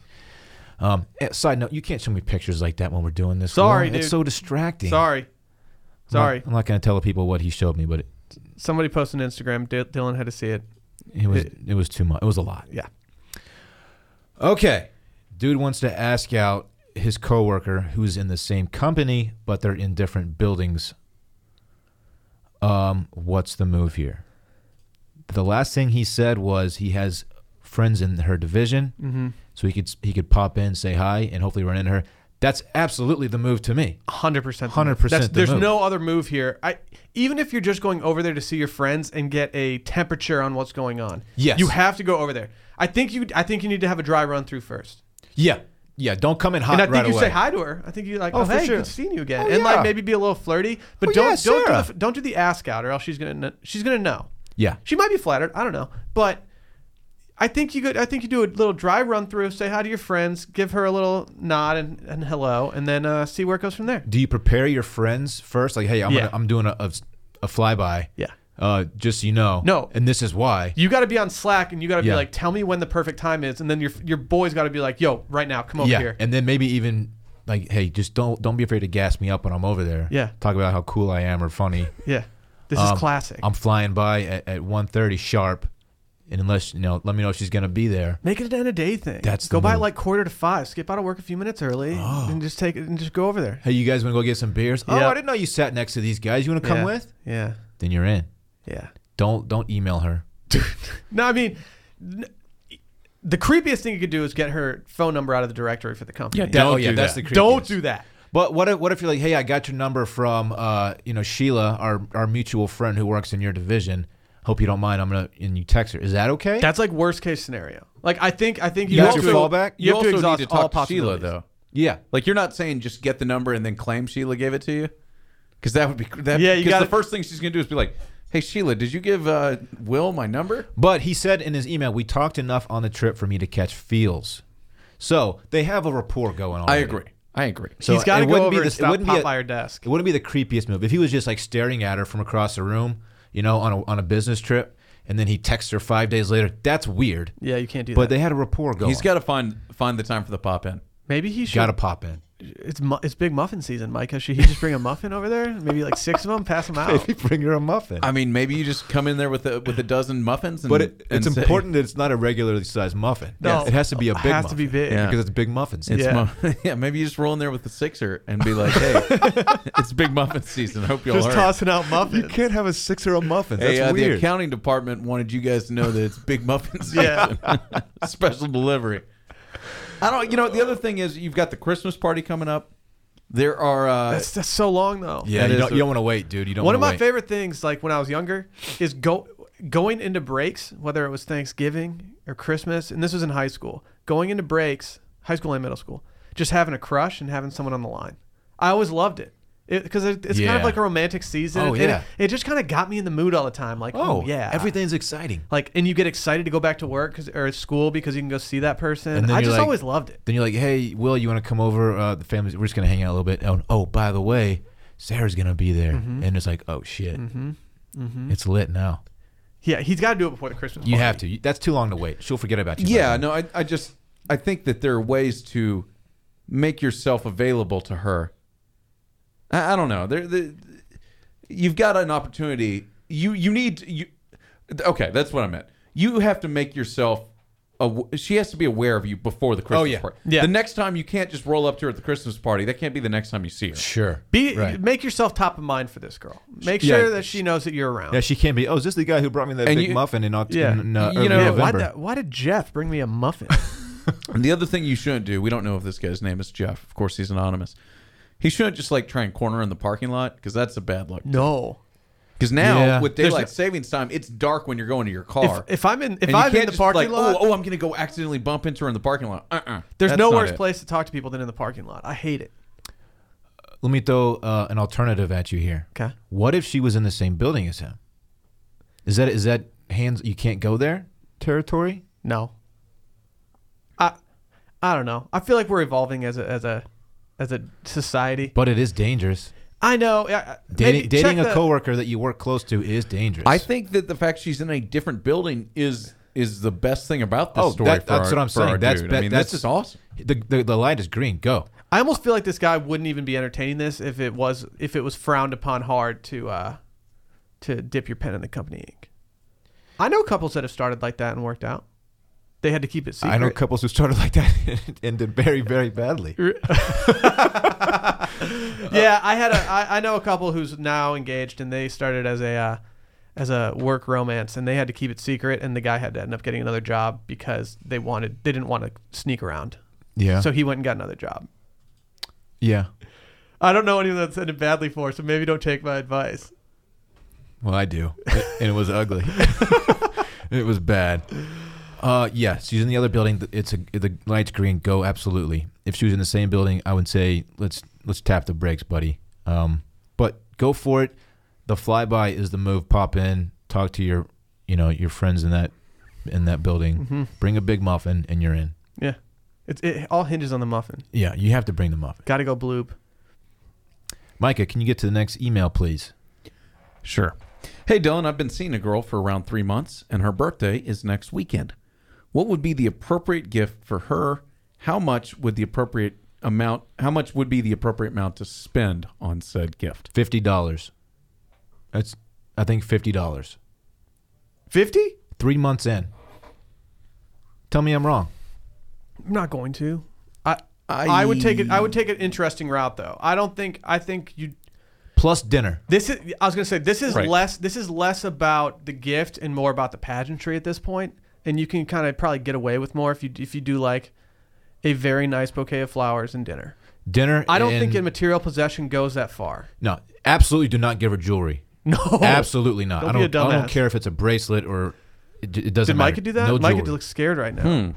[SPEAKER 1] Um, eh, side note, you can't show me pictures like that when we're doing this.
[SPEAKER 3] Sorry,
[SPEAKER 1] Will. It's
[SPEAKER 3] dude.
[SPEAKER 1] so distracting.
[SPEAKER 3] Sorry.
[SPEAKER 1] I'm not-
[SPEAKER 3] Sorry.
[SPEAKER 1] I'm not, gonna tell the people what he showed me, but it,
[SPEAKER 3] Somebody posted on Instagram. D- Dylan had to see it.
[SPEAKER 1] it was it was too much. It was a lot.
[SPEAKER 3] Yeah.
[SPEAKER 1] Okay. Dude wants to ask out his coworker who's in the same company, but they're in different buildings. Um, what's the move here? The last thing he said was he has friends in her division, mm-hmm. so he could he could pop in, say hi, and hopefully run into her. That's absolutely the move to me.
[SPEAKER 3] 100%. the move.
[SPEAKER 1] 100%
[SPEAKER 3] That's-
[SPEAKER 1] the
[SPEAKER 3] There's
[SPEAKER 1] move.
[SPEAKER 3] no other move here. I Even if you're just going over there to see your friends and get a temperature on what's going on.
[SPEAKER 1] Yes.
[SPEAKER 3] You have to go over there. I think you I think you need to have a dry run through first.
[SPEAKER 1] Yeah, yeah. Don't come in hot
[SPEAKER 3] And I think
[SPEAKER 1] right
[SPEAKER 3] you
[SPEAKER 1] away.
[SPEAKER 3] say hi to her. I think you like,
[SPEAKER 1] Oh,
[SPEAKER 3] oh,
[SPEAKER 1] for
[SPEAKER 3] hey,
[SPEAKER 1] sure.
[SPEAKER 3] good seeing you again,
[SPEAKER 1] Oh,
[SPEAKER 3] and
[SPEAKER 1] yeah.
[SPEAKER 3] like maybe be a little flirty, but
[SPEAKER 1] Oh, yeah,
[SPEAKER 3] don't don't do
[SPEAKER 1] Sarah.
[SPEAKER 3] the, don't do the ask out, or else she's gonna kn- she's gonna know.
[SPEAKER 1] Yeah,
[SPEAKER 3] She might be flattered. I don't know, but I think you could. I think you do a little dry run through, say hi to your friends, give her a little nod and, and hello, and then uh, see where it goes from there.
[SPEAKER 1] do you prepare your friends first? Like, hey, I'm
[SPEAKER 3] Yeah.
[SPEAKER 1] gonna, I'm doing a, a, a flyby.
[SPEAKER 3] Yeah.
[SPEAKER 1] Uh, just so you know.
[SPEAKER 3] No.
[SPEAKER 1] And this is why.
[SPEAKER 3] You got to be on Slack, and you got to
[SPEAKER 1] Yeah.
[SPEAKER 3] be like, tell me when the perfect time is, and then your your boys got to be like, yo, right now, come over
[SPEAKER 1] yeah.
[SPEAKER 3] here.
[SPEAKER 1] And then maybe even like, hey, just don't don't be afraid to gas me up when I'm over there.
[SPEAKER 3] Yeah.
[SPEAKER 1] Talk about how cool I am or funny.
[SPEAKER 3] yeah, this
[SPEAKER 1] Um,
[SPEAKER 3] is classic.
[SPEAKER 1] I'm flying by at, at 1.30 sharp, and unless you know, let me know if she's gonna be there.
[SPEAKER 3] Make it an end of day thing.
[SPEAKER 1] That's the
[SPEAKER 3] go by
[SPEAKER 1] move. Oh.
[SPEAKER 3] like quarter to five. Skip out of work a few minutes early and just take it and just go over there.
[SPEAKER 1] Hey, you guys want to go get some beers? Oh,
[SPEAKER 3] Yeah.
[SPEAKER 1] I didn't know you sat next to these guys. You want to come
[SPEAKER 3] Yeah.
[SPEAKER 1] with?
[SPEAKER 3] Yeah,
[SPEAKER 1] Then you're in.
[SPEAKER 3] yeah.
[SPEAKER 1] Don't don't email her.
[SPEAKER 3] No, I mean, n- the creepiest thing you could do is get her phone number out of the directory for the company.
[SPEAKER 2] Oh,
[SPEAKER 1] Yeah, don't do that.
[SPEAKER 3] Don't do that.
[SPEAKER 1] But what if what if you're like, hey, I got your number from uh, you know Sheila, our our mutual friend who works in your division. Hope you don't mind. I'm gonna and you text her. Is that okay?
[SPEAKER 3] That's like worst case scenario. Like I think I think you
[SPEAKER 1] That's
[SPEAKER 3] have
[SPEAKER 1] your
[SPEAKER 3] to,
[SPEAKER 1] fallback?
[SPEAKER 3] You, have to exhaust
[SPEAKER 2] need to
[SPEAKER 3] all
[SPEAKER 2] talk to Sheila
[SPEAKER 3] possibilities.
[SPEAKER 2] though.
[SPEAKER 1] yeah.
[SPEAKER 2] Like you're not saying just get the number and then claim Sheila gave it to you, because that would be that.
[SPEAKER 3] Yeah, you
[SPEAKER 2] 'cause
[SPEAKER 3] gotta-
[SPEAKER 2] the first thing she's gonna do is be like, "Hey Sheila, did you give uh, Will my number?"
[SPEAKER 1] But he said in his email, we talked enough on the trip for me to catch feels. So they have a rapport going on.
[SPEAKER 2] I
[SPEAKER 1] already.
[SPEAKER 2] agree. I agree.
[SPEAKER 1] So
[SPEAKER 3] He's got to
[SPEAKER 1] it
[SPEAKER 3] go
[SPEAKER 1] wouldn't
[SPEAKER 3] over
[SPEAKER 1] be
[SPEAKER 3] and
[SPEAKER 1] this- it
[SPEAKER 3] stop
[SPEAKER 1] wouldn't be a-
[SPEAKER 3] Popeye or desk.
[SPEAKER 1] It wouldn't be the creepiest move if he was just like staring at her from across the room, you know, on a, on a business trip, and then he texts her five days later. That's weird.
[SPEAKER 3] Yeah, you can't do
[SPEAKER 1] But
[SPEAKER 3] that.
[SPEAKER 1] they had a rapport going.
[SPEAKER 2] He's got to find find the time for the pop in.
[SPEAKER 3] Maybe he should.
[SPEAKER 1] got to pop in.
[SPEAKER 3] it's mu- it's big muffin season, Micah. Should he just bring a muffin over there? Maybe like six of them, pass them
[SPEAKER 2] Oh.
[SPEAKER 3] out.
[SPEAKER 1] Maybe bring her a muffin.
[SPEAKER 2] I mean, maybe you just come in there with a with a dozen muffins. And,
[SPEAKER 1] but it,
[SPEAKER 2] and
[SPEAKER 1] it's
[SPEAKER 2] say-
[SPEAKER 1] important that it's not a regularly sized muffin.
[SPEAKER 3] No.
[SPEAKER 1] it has to be a
[SPEAKER 3] It
[SPEAKER 1] big.
[SPEAKER 3] has to
[SPEAKER 1] muffin
[SPEAKER 3] be big.
[SPEAKER 2] Yeah.
[SPEAKER 1] because it's big muffins.
[SPEAKER 2] It's
[SPEAKER 3] Yeah.
[SPEAKER 2] yeah. yeah, maybe you just roll in there with the sixer and be like, "Hey, it's big muffin season. I hope y'all
[SPEAKER 3] Just
[SPEAKER 2] are."
[SPEAKER 3] tossing out
[SPEAKER 1] You
[SPEAKER 3] muffins.
[SPEAKER 1] can't have a six or a muffin. That's
[SPEAKER 2] Hey, uh, the
[SPEAKER 1] weird.
[SPEAKER 2] accounting department wanted you guys to know that it's big muffin season.
[SPEAKER 3] Yeah.
[SPEAKER 2] Special delivery. I don't. You know, the other thing is you've got the Christmas party coming up. There are. Uh,
[SPEAKER 3] That's, that's so long though.
[SPEAKER 1] yeah,
[SPEAKER 2] That
[SPEAKER 1] you
[SPEAKER 2] is
[SPEAKER 1] don't,
[SPEAKER 2] the-
[SPEAKER 1] you don't want to wait, dude. You don't.
[SPEAKER 3] One of
[SPEAKER 1] wanna
[SPEAKER 3] my
[SPEAKER 1] wait.
[SPEAKER 3] favorite things, like when I was younger, is go going into breaks, whether it was Thanksgiving or Christmas, and this was in high school. Going into breaks, high school and middle school, just having a crush and having someone on the line. I always loved it because it, it's kind
[SPEAKER 1] Yeah.
[SPEAKER 3] of like a romantic season.
[SPEAKER 1] Oh,
[SPEAKER 3] and
[SPEAKER 1] yeah.
[SPEAKER 3] it, it just kind of got me in the mood all the time. Like, oh, yeah,
[SPEAKER 1] everything's exciting.
[SPEAKER 3] Like, and you get excited to go back to work 'cause- or school because you can go see that person.
[SPEAKER 1] And then
[SPEAKER 3] I
[SPEAKER 1] you're
[SPEAKER 3] just
[SPEAKER 1] like-
[SPEAKER 3] always loved it.
[SPEAKER 1] Then you're like, hey, Will, you want to come over? Uh, the family's. We're just gonna hang out a little bit. Oh, and- oh by the way, Sarah's gonna be there,
[SPEAKER 3] Mm-hmm.
[SPEAKER 1] and it's like, oh shit, it's lit now.
[SPEAKER 3] Yeah, he's got to do it before the Christmas.
[SPEAKER 1] You
[SPEAKER 3] party.
[SPEAKER 1] have to. You- That's too long to wait. She'll forget about you. by
[SPEAKER 2] yeah.
[SPEAKER 1] then.
[SPEAKER 2] No, I, I just I think that there are ways to make yourself available to her. I, I don't know. There, the, you've got an opportunity. You you need you. Okay, that's what I meant. You have to make yourself. aw- She has to be aware of you before the Christmas
[SPEAKER 1] yeah.
[SPEAKER 2] party.
[SPEAKER 3] Yeah.
[SPEAKER 2] The next time you can't just roll up to her at the Christmas party. That can't be the next time you see her.
[SPEAKER 1] Sure.
[SPEAKER 3] Be,
[SPEAKER 1] right.
[SPEAKER 3] Make yourself top of mind for this girl. Make
[SPEAKER 2] Yeah.
[SPEAKER 3] sure that she knows that you're around.
[SPEAKER 1] Yeah, she can't be. Oh, is this the guy who brought me that
[SPEAKER 2] And
[SPEAKER 1] big
[SPEAKER 2] you-
[SPEAKER 1] muffin in, Oct-
[SPEAKER 3] Yeah.
[SPEAKER 1] in uh,
[SPEAKER 2] You
[SPEAKER 1] early
[SPEAKER 2] know,
[SPEAKER 3] Yeah, why,
[SPEAKER 1] November?
[SPEAKER 3] the, why did Jeff bring me a muffin?
[SPEAKER 2] And the other thing you shouldn't do, we don't know if this guy's name is Jeff. Of course, he's anonymous. He shouldn't just like try and corner in the parking lot because that's a bad look.
[SPEAKER 3] no.
[SPEAKER 2] Because now
[SPEAKER 1] Yeah.
[SPEAKER 2] with
[SPEAKER 1] There's
[SPEAKER 2] daylight savings time, it's dark when you're going to your
[SPEAKER 3] If,
[SPEAKER 2] car.
[SPEAKER 3] if I'm in
[SPEAKER 2] And
[SPEAKER 3] if
[SPEAKER 2] you
[SPEAKER 3] I'm
[SPEAKER 2] can't
[SPEAKER 3] in the
[SPEAKER 2] just,
[SPEAKER 3] parking
[SPEAKER 2] like,
[SPEAKER 3] lot,
[SPEAKER 2] oh, oh, I'm going to go accidentally bump into her in the parking lot. Uh-uh.
[SPEAKER 3] there's
[SPEAKER 2] That's
[SPEAKER 3] no
[SPEAKER 2] not
[SPEAKER 3] worse
[SPEAKER 2] it.
[SPEAKER 3] place to talk to people than in the parking lot. I hate it.
[SPEAKER 1] Let me throw uh, an alternative at you here.
[SPEAKER 3] Okay.
[SPEAKER 1] What if she was in the same building as him? Is that is that hands? You can't go there territory.
[SPEAKER 3] No. I I don't know. I feel like we're evolving as a as a as a society.
[SPEAKER 1] But it is dangerous.
[SPEAKER 3] I know. I- I-
[SPEAKER 1] Dating,
[SPEAKER 3] maybe check
[SPEAKER 1] dating a
[SPEAKER 3] the-
[SPEAKER 1] coworker that you work close to is dangerous.
[SPEAKER 2] I think that the fact she's in a different building is is the best thing about this
[SPEAKER 1] Oh,
[SPEAKER 2] story.
[SPEAKER 1] that-
[SPEAKER 2] for
[SPEAKER 1] that's
[SPEAKER 2] our-
[SPEAKER 1] what I'm
[SPEAKER 2] for
[SPEAKER 1] saying.
[SPEAKER 2] our
[SPEAKER 1] That's
[SPEAKER 2] dude.
[SPEAKER 1] be-
[SPEAKER 2] I mean,
[SPEAKER 1] that's-
[SPEAKER 2] this is awesome.
[SPEAKER 1] the, the the light is green. Go.
[SPEAKER 3] I almost feel like this guy wouldn't even be entertaining this if it was if it was frowned upon hard to uh to dip your pen in the company ink. I know couples that have started like that and worked out. They had to keep it secret.
[SPEAKER 1] I know couples who started like that and ended very very badly.
[SPEAKER 3] yeah, I had a I, I know a couple who's now engaged and they started as a uh, as a work romance and they had to keep it secret and the guy had to end up getting another job because they wanted they didn't want to sneak around.
[SPEAKER 1] Yeah.
[SPEAKER 3] So he went and got another job.
[SPEAKER 1] yeah.
[SPEAKER 3] I don't know anyone that's ended badly for, so maybe don't take my advice.
[SPEAKER 1] Well, I do, and it was ugly. it was bad. Uh, yeah, she's in the other building. It's a the lights green. Go absolutely. If she was in the same building, I would say let's let's tap the brakes, buddy. Um, but go for it. The flyby is the move. Pop in, talk to your you know your friends in that in that building. Bring a big muffin, and you're in.
[SPEAKER 3] Yeah. It's it all hinges on the muffin.
[SPEAKER 1] Yeah, you have to bring the muffin.
[SPEAKER 3] Got to go bloop.
[SPEAKER 1] Micah, can you get to the next email, please?
[SPEAKER 2] Sure. Hey, Dylan, I've been seeing a girl for around three months, and her birthday is next weekend. What would be the appropriate gift for her? How much would the appropriate amount? How much would be the appropriate amount to spend on said gift?
[SPEAKER 1] Fifty dollars. That's I think fifty dollars.
[SPEAKER 3] 50?
[SPEAKER 1] three months in. Tell me I'm wrong.
[SPEAKER 3] I'm not going to. I I would take it I would take an interesting route though. I don't think I think you
[SPEAKER 1] Plus dinner.
[SPEAKER 3] This is. I was gonna say this is
[SPEAKER 2] Right.
[SPEAKER 3] less. This is less about the gift and more about the pageantry at this point. And you can kind of probably get away with more if you if you do like a very nice bouquet of flowers and dinner.
[SPEAKER 1] Dinner.
[SPEAKER 3] I don't
[SPEAKER 1] and-
[SPEAKER 3] think in material possession goes that far.
[SPEAKER 1] no, absolutely do not give her jewelry.
[SPEAKER 3] No,
[SPEAKER 1] absolutely not.
[SPEAKER 3] Oh, Don't
[SPEAKER 1] I
[SPEAKER 3] be a
[SPEAKER 1] don't. I don't
[SPEAKER 3] dumbass.
[SPEAKER 1] care if it's a bracelet or it, it doesn't.
[SPEAKER 3] Did Micah
[SPEAKER 1] matter.
[SPEAKER 3] do that?
[SPEAKER 1] No
[SPEAKER 3] Micah
[SPEAKER 1] jewelry. Hmm,
[SPEAKER 3] looks scared right now.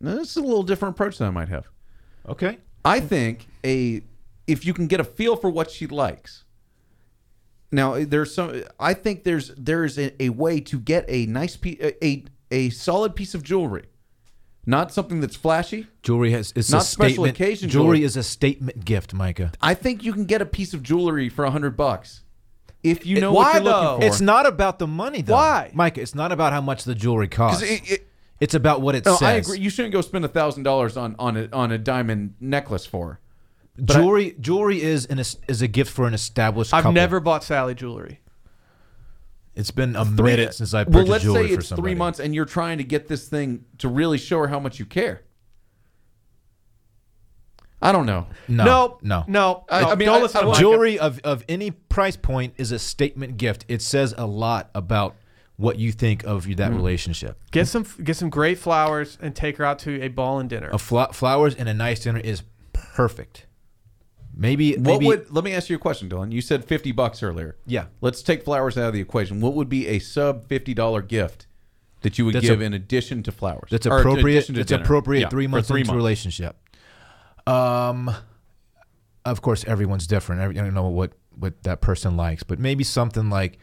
[SPEAKER 2] This is a little different approach than I might have.
[SPEAKER 1] okay.
[SPEAKER 2] I think a if you can get a feel for what she likes. Now eh, there's some. I think there's there's a, a way to get a nice piece a a solid piece of jewelry Not something that's flashy.
[SPEAKER 1] Jewelry has is a
[SPEAKER 2] Not special
[SPEAKER 1] statement.
[SPEAKER 2] occasion
[SPEAKER 1] jewelry
[SPEAKER 2] jewelry.
[SPEAKER 1] is a statement gift, Micah.
[SPEAKER 2] I think you can get a piece of jewelry for a hundred bucks if you know
[SPEAKER 3] why
[SPEAKER 2] what you're
[SPEAKER 3] though?
[SPEAKER 2] looking for.
[SPEAKER 1] It's not about the money, though.
[SPEAKER 3] Why?
[SPEAKER 1] Micah? It's not about how much the jewelry
[SPEAKER 2] 'Cause
[SPEAKER 1] costs.
[SPEAKER 2] it- it-
[SPEAKER 1] it's about what it
[SPEAKER 2] no,
[SPEAKER 1] says.
[SPEAKER 2] I agree. You shouldn't go spend a thousand dollars on on a, on a diamond necklace for. I-
[SPEAKER 1] jewelry, jewelry is an es- is a gift for an established.
[SPEAKER 3] I've
[SPEAKER 1] couple.
[SPEAKER 3] never bought Sally jewelry.
[SPEAKER 1] It's been a
[SPEAKER 2] Three-
[SPEAKER 1] minute since I
[SPEAKER 2] well,
[SPEAKER 1] purchased
[SPEAKER 2] let's
[SPEAKER 1] jewelry
[SPEAKER 2] say
[SPEAKER 1] for
[SPEAKER 2] it's
[SPEAKER 1] somebody.
[SPEAKER 2] three months, and you're trying to get this thing to really show her how much you care. I don't know.
[SPEAKER 1] No,
[SPEAKER 3] no,
[SPEAKER 1] no,
[SPEAKER 3] no.
[SPEAKER 2] I-
[SPEAKER 3] no.
[SPEAKER 2] I mean,
[SPEAKER 3] don't
[SPEAKER 2] I-
[SPEAKER 3] listen
[SPEAKER 2] I
[SPEAKER 3] to
[SPEAKER 2] want-
[SPEAKER 3] Mike.
[SPEAKER 1] Jewelry of of any price point is a statement gift. It says a lot about what you think of you- that relationship.
[SPEAKER 3] Get some get some great flowers and take her out to a ball and dinner.
[SPEAKER 1] A fla- flowers and a nice dinner is perfect. Maybe
[SPEAKER 2] What
[SPEAKER 1] maybe
[SPEAKER 2] would? Let me ask you a question, Dylan. You said fifty bucks earlier.
[SPEAKER 1] Yeah.
[SPEAKER 2] Let's take flowers out of the equation. What would be a sub fifty dollar gift that you would
[SPEAKER 1] That's a-
[SPEAKER 2] give in addition to flowers?
[SPEAKER 1] That's
[SPEAKER 2] Or in
[SPEAKER 1] appropriate.
[SPEAKER 2] addition to
[SPEAKER 1] That's
[SPEAKER 2] dinner.
[SPEAKER 1] appropriate.
[SPEAKER 2] Yeah,
[SPEAKER 1] three
[SPEAKER 2] for
[SPEAKER 1] months into
[SPEAKER 2] months.
[SPEAKER 1] relationship. Um, of course, everyone's different. Every, I don't know what what that person likes, but maybe something like.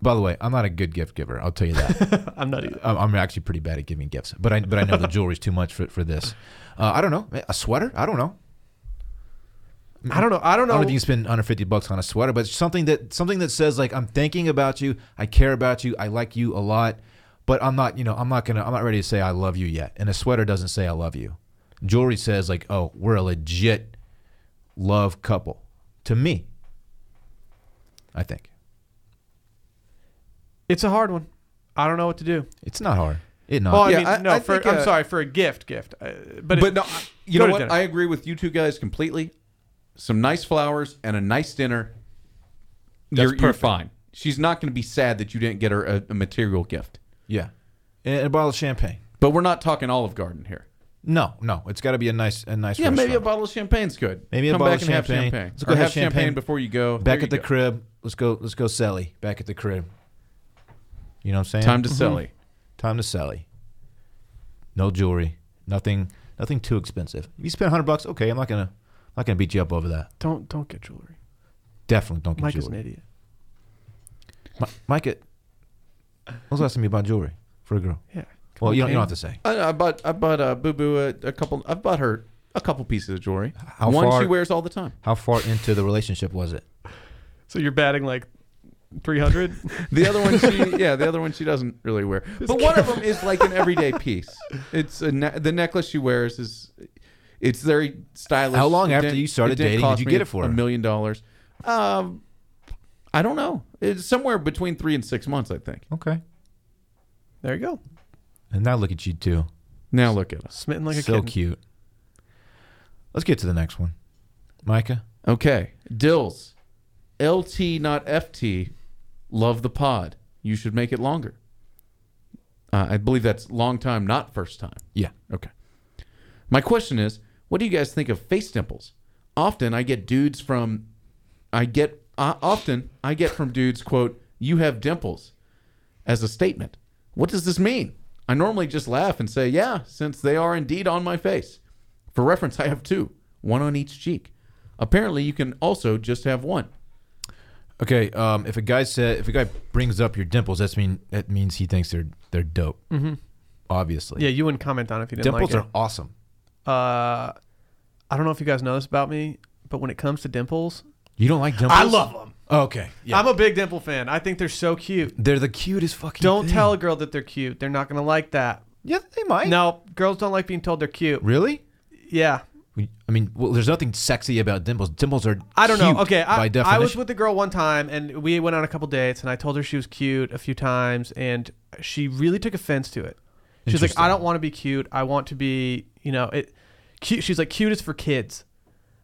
[SPEAKER 1] By the way, I'm not a good gift giver. I'll tell you that.
[SPEAKER 3] I'm not either.
[SPEAKER 1] I'm, I'm actually pretty bad at giving gifts, but I but I know the jewelry's too much for for this. Uh, I don't know a sweater. I don't know. Mm.
[SPEAKER 3] I don't know. I don't
[SPEAKER 1] I
[SPEAKER 3] know.
[SPEAKER 1] don't think you spend 150 bucks on a sweater, but something that something that says like I'm thinking about you, I care about you, I like you a lot, but I'm not, you know, I'm not gonna, I'm not ready to say I love you yet. And a sweater doesn't say I love you. Jewelry says like, oh, we're a legit love couple to me. I think
[SPEAKER 3] it's a hard one. I don't know what to do.
[SPEAKER 1] it's not hard. It not.
[SPEAKER 3] Well,
[SPEAKER 2] Yeah,
[SPEAKER 3] I mean,
[SPEAKER 2] I-
[SPEAKER 3] no.
[SPEAKER 2] I
[SPEAKER 3] for,
[SPEAKER 2] think,
[SPEAKER 3] I'm
[SPEAKER 2] uh,
[SPEAKER 3] sorry for a gift, gift. Uh, but
[SPEAKER 2] But
[SPEAKER 3] it-
[SPEAKER 2] no, I- you
[SPEAKER 3] Go
[SPEAKER 2] know
[SPEAKER 3] to
[SPEAKER 2] what?
[SPEAKER 3] dinner.
[SPEAKER 2] I agree with you two guys completely. Some nice flowers and a nice dinner. You're, you're fine. She's not going to be sad that you didn't get her a, a material gift.
[SPEAKER 1] yeah, and a bottle of champagne.
[SPEAKER 2] But we're not talking Olive Garden here.
[SPEAKER 1] No, no, it's got to be a nice, a nice.
[SPEAKER 2] Yeah, maybe a
[SPEAKER 1] restaurant.
[SPEAKER 2] bottle of champagne's good.
[SPEAKER 1] Maybe a
[SPEAKER 2] Come
[SPEAKER 1] bottle
[SPEAKER 2] back
[SPEAKER 1] of
[SPEAKER 2] and
[SPEAKER 1] champagne.
[SPEAKER 2] have champagne.
[SPEAKER 1] Let's go
[SPEAKER 2] Or
[SPEAKER 1] have
[SPEAKER 2] have champagne.
[SPEAKER 1] champagne.
[SPEAKER 2] before you go. There
[SPEAKER 1] back
[SPEAKER 2] you
[SPEAKER 1] at the
[SPEAKER 2] go.
[SPEAKER 1] crib. Let's go. Let's go, Sally. Back at the crib. You know what I'm saying?
[SPEAKER 2] Time to Sally.
[SPEAKER 1] Time to Sally. No jewelry. Nothing. Nothing too expensive. If you spend hundred bucks, okay, I'm not gonna, I'm not gonna beat you up over that.
[SPEAKER 3] don't don't get jewelry.
[SPEAKER 1] Definitely don't get
[SPEAKER 3] Mike is an
[SPEAKER 1] jewelry.
[SPEAKER 3] idiot.
[SPEAKER 1] Mi- Micah, when was the last time you bought jewelry for a girl?
[SPEAKER 3] Yeah.
[SPEAKER 1] Well, you don't, you don't have to say.
[SPEAKER 2] I, I bought I bought uh, Boo Boo a, a couple. I bought her a couple pieces of jewelry.
[SPEAKER 1] How
[SPEAKER 2] One
[SPEAKER 1] far-
[SPEAKER 2] she wears all the time.
[SPEAKER 1] How far into the relationship was it?
[SPEAKER 3] So you're batting like 300.
[SPEAKER 2] The other one she yeah. The other one she doesn't really wear. But one of them is like an everyday piece. It's a ne- the necklace she wears is it's very stylish.
[SPEAKER 1] How long
[SPEAKER 2] It
[SPEAKER 1] after
[SPEAKER 2] didn't-
[SPEAKER 1] you started
[SPEAKER 2] didn't
[SPEAKER 1] dating did
[SPEAKER 2] cost
[SPEAKER 1] you
[SPEAKER 2] me
[SPEAKER 1] get
[SPEAKER 2] a-
[SPEAKER 1] it for
[SPEAKER 2] a
[SPEAKER 1] her?
[SPEAKER 2] million dollars? Um, I don't know. It's somewhere between three and six months, I think.
[SPEAKER 1] Okay.
[SPEAKER 3] there you go.
[SPEAKER 1] And now look at you two.
[SPEAKER 2] Now look at us.
[SPEAKER 3] Smitten like a
[SPEAKER 1] so
[SPEAKER 3] kitten.
[SPEAKER 1] cute. Let's get to the next one, Micah.
[SPEAKER 2] Okay. Dills. LT, not FT. Love the pod. You should make it longer. Uh, I believe that's long time, not first time.
[SPEAKER 1] Yeah.
[SPEAKER 2] Okay. My question is what do you guys think of face dimples? Often I get dudes from, I get, uh, often I get from dudes, quote, you have dimples as a statement. What does this mean? I normally just laugh and say, yeah, since they are indeed on my face. For reference, I have two, one on each cheek. Apparently, you can also just have one.
[SPEAKER 1] Okay, um, if a guy said if a guy brings up your dimples, that's mean that means he thinks they're they're dope. Mm-hmm. Obviously,
[SPEAKER 3] Yeah, you wouldn't comment on it if you didn't
[SPEAKER 1] dimples
[SPEAKER 3] like
[SPEAKER 1] are awesome.
[SPEAKER 3] it. Uh, I don't know if you guys know this about me, but when it comes to dimples,
[SPEAKER 1] You don't like dimples? Oh,
[SPEAKER 3] I love them.
[SPEAKER 1] Okay, yeah,
[SPEAKER 3] I'm a big dimple fan. I think they're so cute.
[SPEAKER 1] they're the cutest fucking.
[SPEAKER 3] Don't
[SPEAKER 1] thing.
[SPEAKER 3] tell a girl that they're cute. They're not gonna like that.
[SPEAKER 1] Yeah, they might.
[SPEAKER 3] No, girls don't like being told they're cute.
[SPEAKER 1] really.
[SPEAKER 3] Yeah,
[SPEAKER 1] I mean, well, there's nothing sexy about dimples. Dimples are.
[SPEAKER 3] I don't know.
[SPEAKER 1] cute
[SPEAKER 3] Okay, I,
[SPEAKER 1] by
[SPEAKER 3] I was
[SPEAKER 1] definition.
[SPEAKER 3] with a girl one time, and we went on a couple dates, and I told her she was cute a few times, and she really took offense to it. She's like,
[SPEAKER 1] Interesting.
[SPEAKER 3] "I don't want to be cute. I want to be, you know, it." Cute. She's like, "Cute is for kids."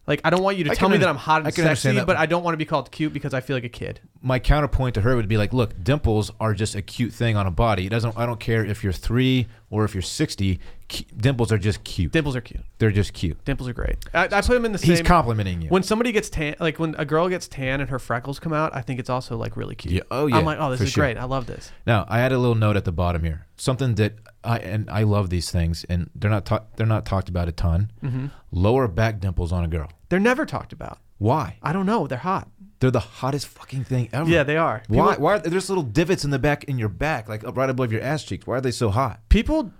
[SPEAKER 3] Like, I don't want you to
[SPEAKER 1] I
[SPEAKER 3] tell
[SPEAKER 1] can
[SPEAKER 3] me that
[SPEAKER 1] under-
[SPEAKER 3] I'm hot
[SPEAKER 1] I
[SPEAKER 3] and
[SPEAKER 1] can understand
[SPEAKER 3] sexy,
[SPEAKER 1] that.
[SPEAKER 3] but I don't want to be called cute because I feel like a kid.
[SPEAKER 1] My counterpoint to her would be like, look, dimples are just a cute thing on a body. It doesn't. I don't care if you're three or if you're sixty. Cu- dimples are just cute.
[SPEAKER 3] Dimples are cute.
[SPEAKER 1] they're just cute.
[SPEAKER 3] Dimples are great. I, I put them in the same.
[SPEAKER 1] He's complimenting you.
[SPEAKER 3] When somebody gets tan, like when a girl gets tan and her freckles come out, I think it's also like really cute.
[SPEAKER 1] Yeah, oh, yeah,
[SPEAKER 3] I'm like, oh, this
[SPEAKER 1] for
[SPEAKER 3] is
[SPEAKER 1] sure.
[SPEAKER 3] great. I love this.
[SPEAKER 1] Now, I had a little note at the bottom here. Something that I and I love these things, and they're not ta- they're not talked about a ton.
[SPEAKER 3] Mm-hmm.
[SPEAKER 1] Lower back dimples on a girl.
[SPEAKER 3] They're never talked about.
[SPEAKER 1] Why?
[SPEAKER 3] I don't know. They're hot.
[SPEAKER 1] They're the hottest fucking thing ever.
[SPEAKER 3] Yeah, they are.
[SPEAKER 1] Why?
[SPEAKER 3] People-
[SPEAKER 1] why are there- there's little divots in the back in your back, like up right above your ass cheeks? Why are they so hot?
[SPEAKER 3] People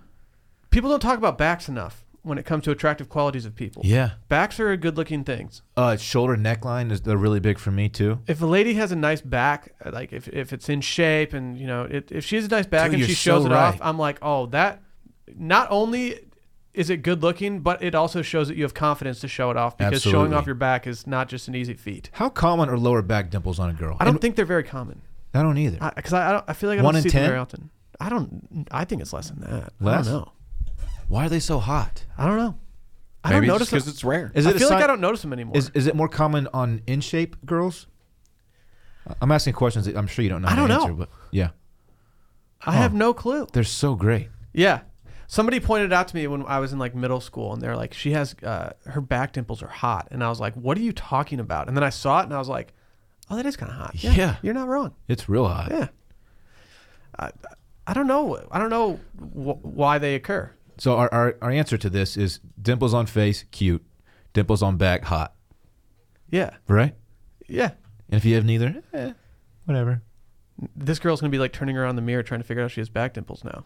[SPEAKER 3] People don't talk about backs enough when it comes to attractive qualities of people.
[SPEAKER 1] Yeah.
[SPEAKER 3] Backs are good looking things.
[SPEAKER 1] Uh, shoulder neckline is they're really big for me too.
[SPEAKER 3] If a lady has a nice back, like if, if it's in shape and you know it, if she has a nice back
[SPEAKER 1] Dude,
[SPEAKER 3] and
[SPEAKER 1] you're
[SPEAKER 3] she shows
[SPEAKER 1] so
[SPEAKER 3] it off,
[SPEAKER 1] right.
[SPEAKER 3] I'm like, oh, that. Not only is it good looking, but it also shows that you have confidence to show it off because showing
[SPEAKER 1] Absolutely.
[SPEAKER 3] off your back is not just an easy feat.
[SPEAKER 1] How common are lower back dimples on a girl?
[SPEAKER 3] I don't
[SPEAKER 1] And-
[SPEAKER 3] think they're very common
[SPEAKER 1] I don't either.
[SPEAKER 3] because I, I, don't, I feel like I
[SPEAKER 1] One
[SPEAKER 3] don't
[SPEAKER 1] in
[SPEAKER 3] see them
[SPEAKER 1] 10?
[SPEAKER 3] very often. I don't. I think it's less than that.
[SPEAKER 1] Less?
[SPEAKER 3] I don't know.
[SPEAKER 1] Why are they so hot?
[SPEAKER 3] I don't know. I
[SPEAKER 2] Maybe
[SPEAKER 3] don't
[SPEAKER 2] just
[SPEAKER 3] notice
[SPEAKER 2] because
[SPEAKER 3] them.
[SPEAKER 2] it's rare.
[SPEAKER 1] Is
[SPEAKER 3] I
[SPEAKER 1] a
[SPEAKER 3] feel like
[SPEAKER 1] sign-
[SPEAKER 3] I don't notice them anymore.
[SPEAKER 1] Is is it more common on in shape girls? I'm asking questions that I'm sure you don't know.
[SPEAKER 3] I
[SPEAKER 1] how to
[SPEAKER 3] don't
[SPEAKER 1] answer,
[SPEAKER 3] know.
[SPEAKER 1] But yeah,
[SPEAKER 3] I have no clue.
[SPEAKER 1] they're so great.
[SPEAKER 3] Oh. Yeah. Somebody pointed out to me when I was in like middle school, and they're like, she has uh, her back dimples are hot, and I was like, what are you talking about? And then I saw it, and I was like, oh, that is kind of hot. Yeah,
[SPEAKER 1] Yeah.
[SPEAKER 3] you're not wrong.
[SPEAKER 1] It's real hot.
[SPEAKER 3] Yeah. I, I don't know. I don't know wh- why they occur.
[SPEAKER 1] So our, our our answer to this is dimples on face, cute. Dimples on back, hot.
[SPEAKER 3] Yeah.
[SPEAKER 1] Right?
[SPEAKER 3] Yeah.
[SPEAKER 1] And if you have neither, eh, whatever.
[SPEAKER 3] This girl's gonna be like turning around the mirror trying to figure out if she has back dimples now.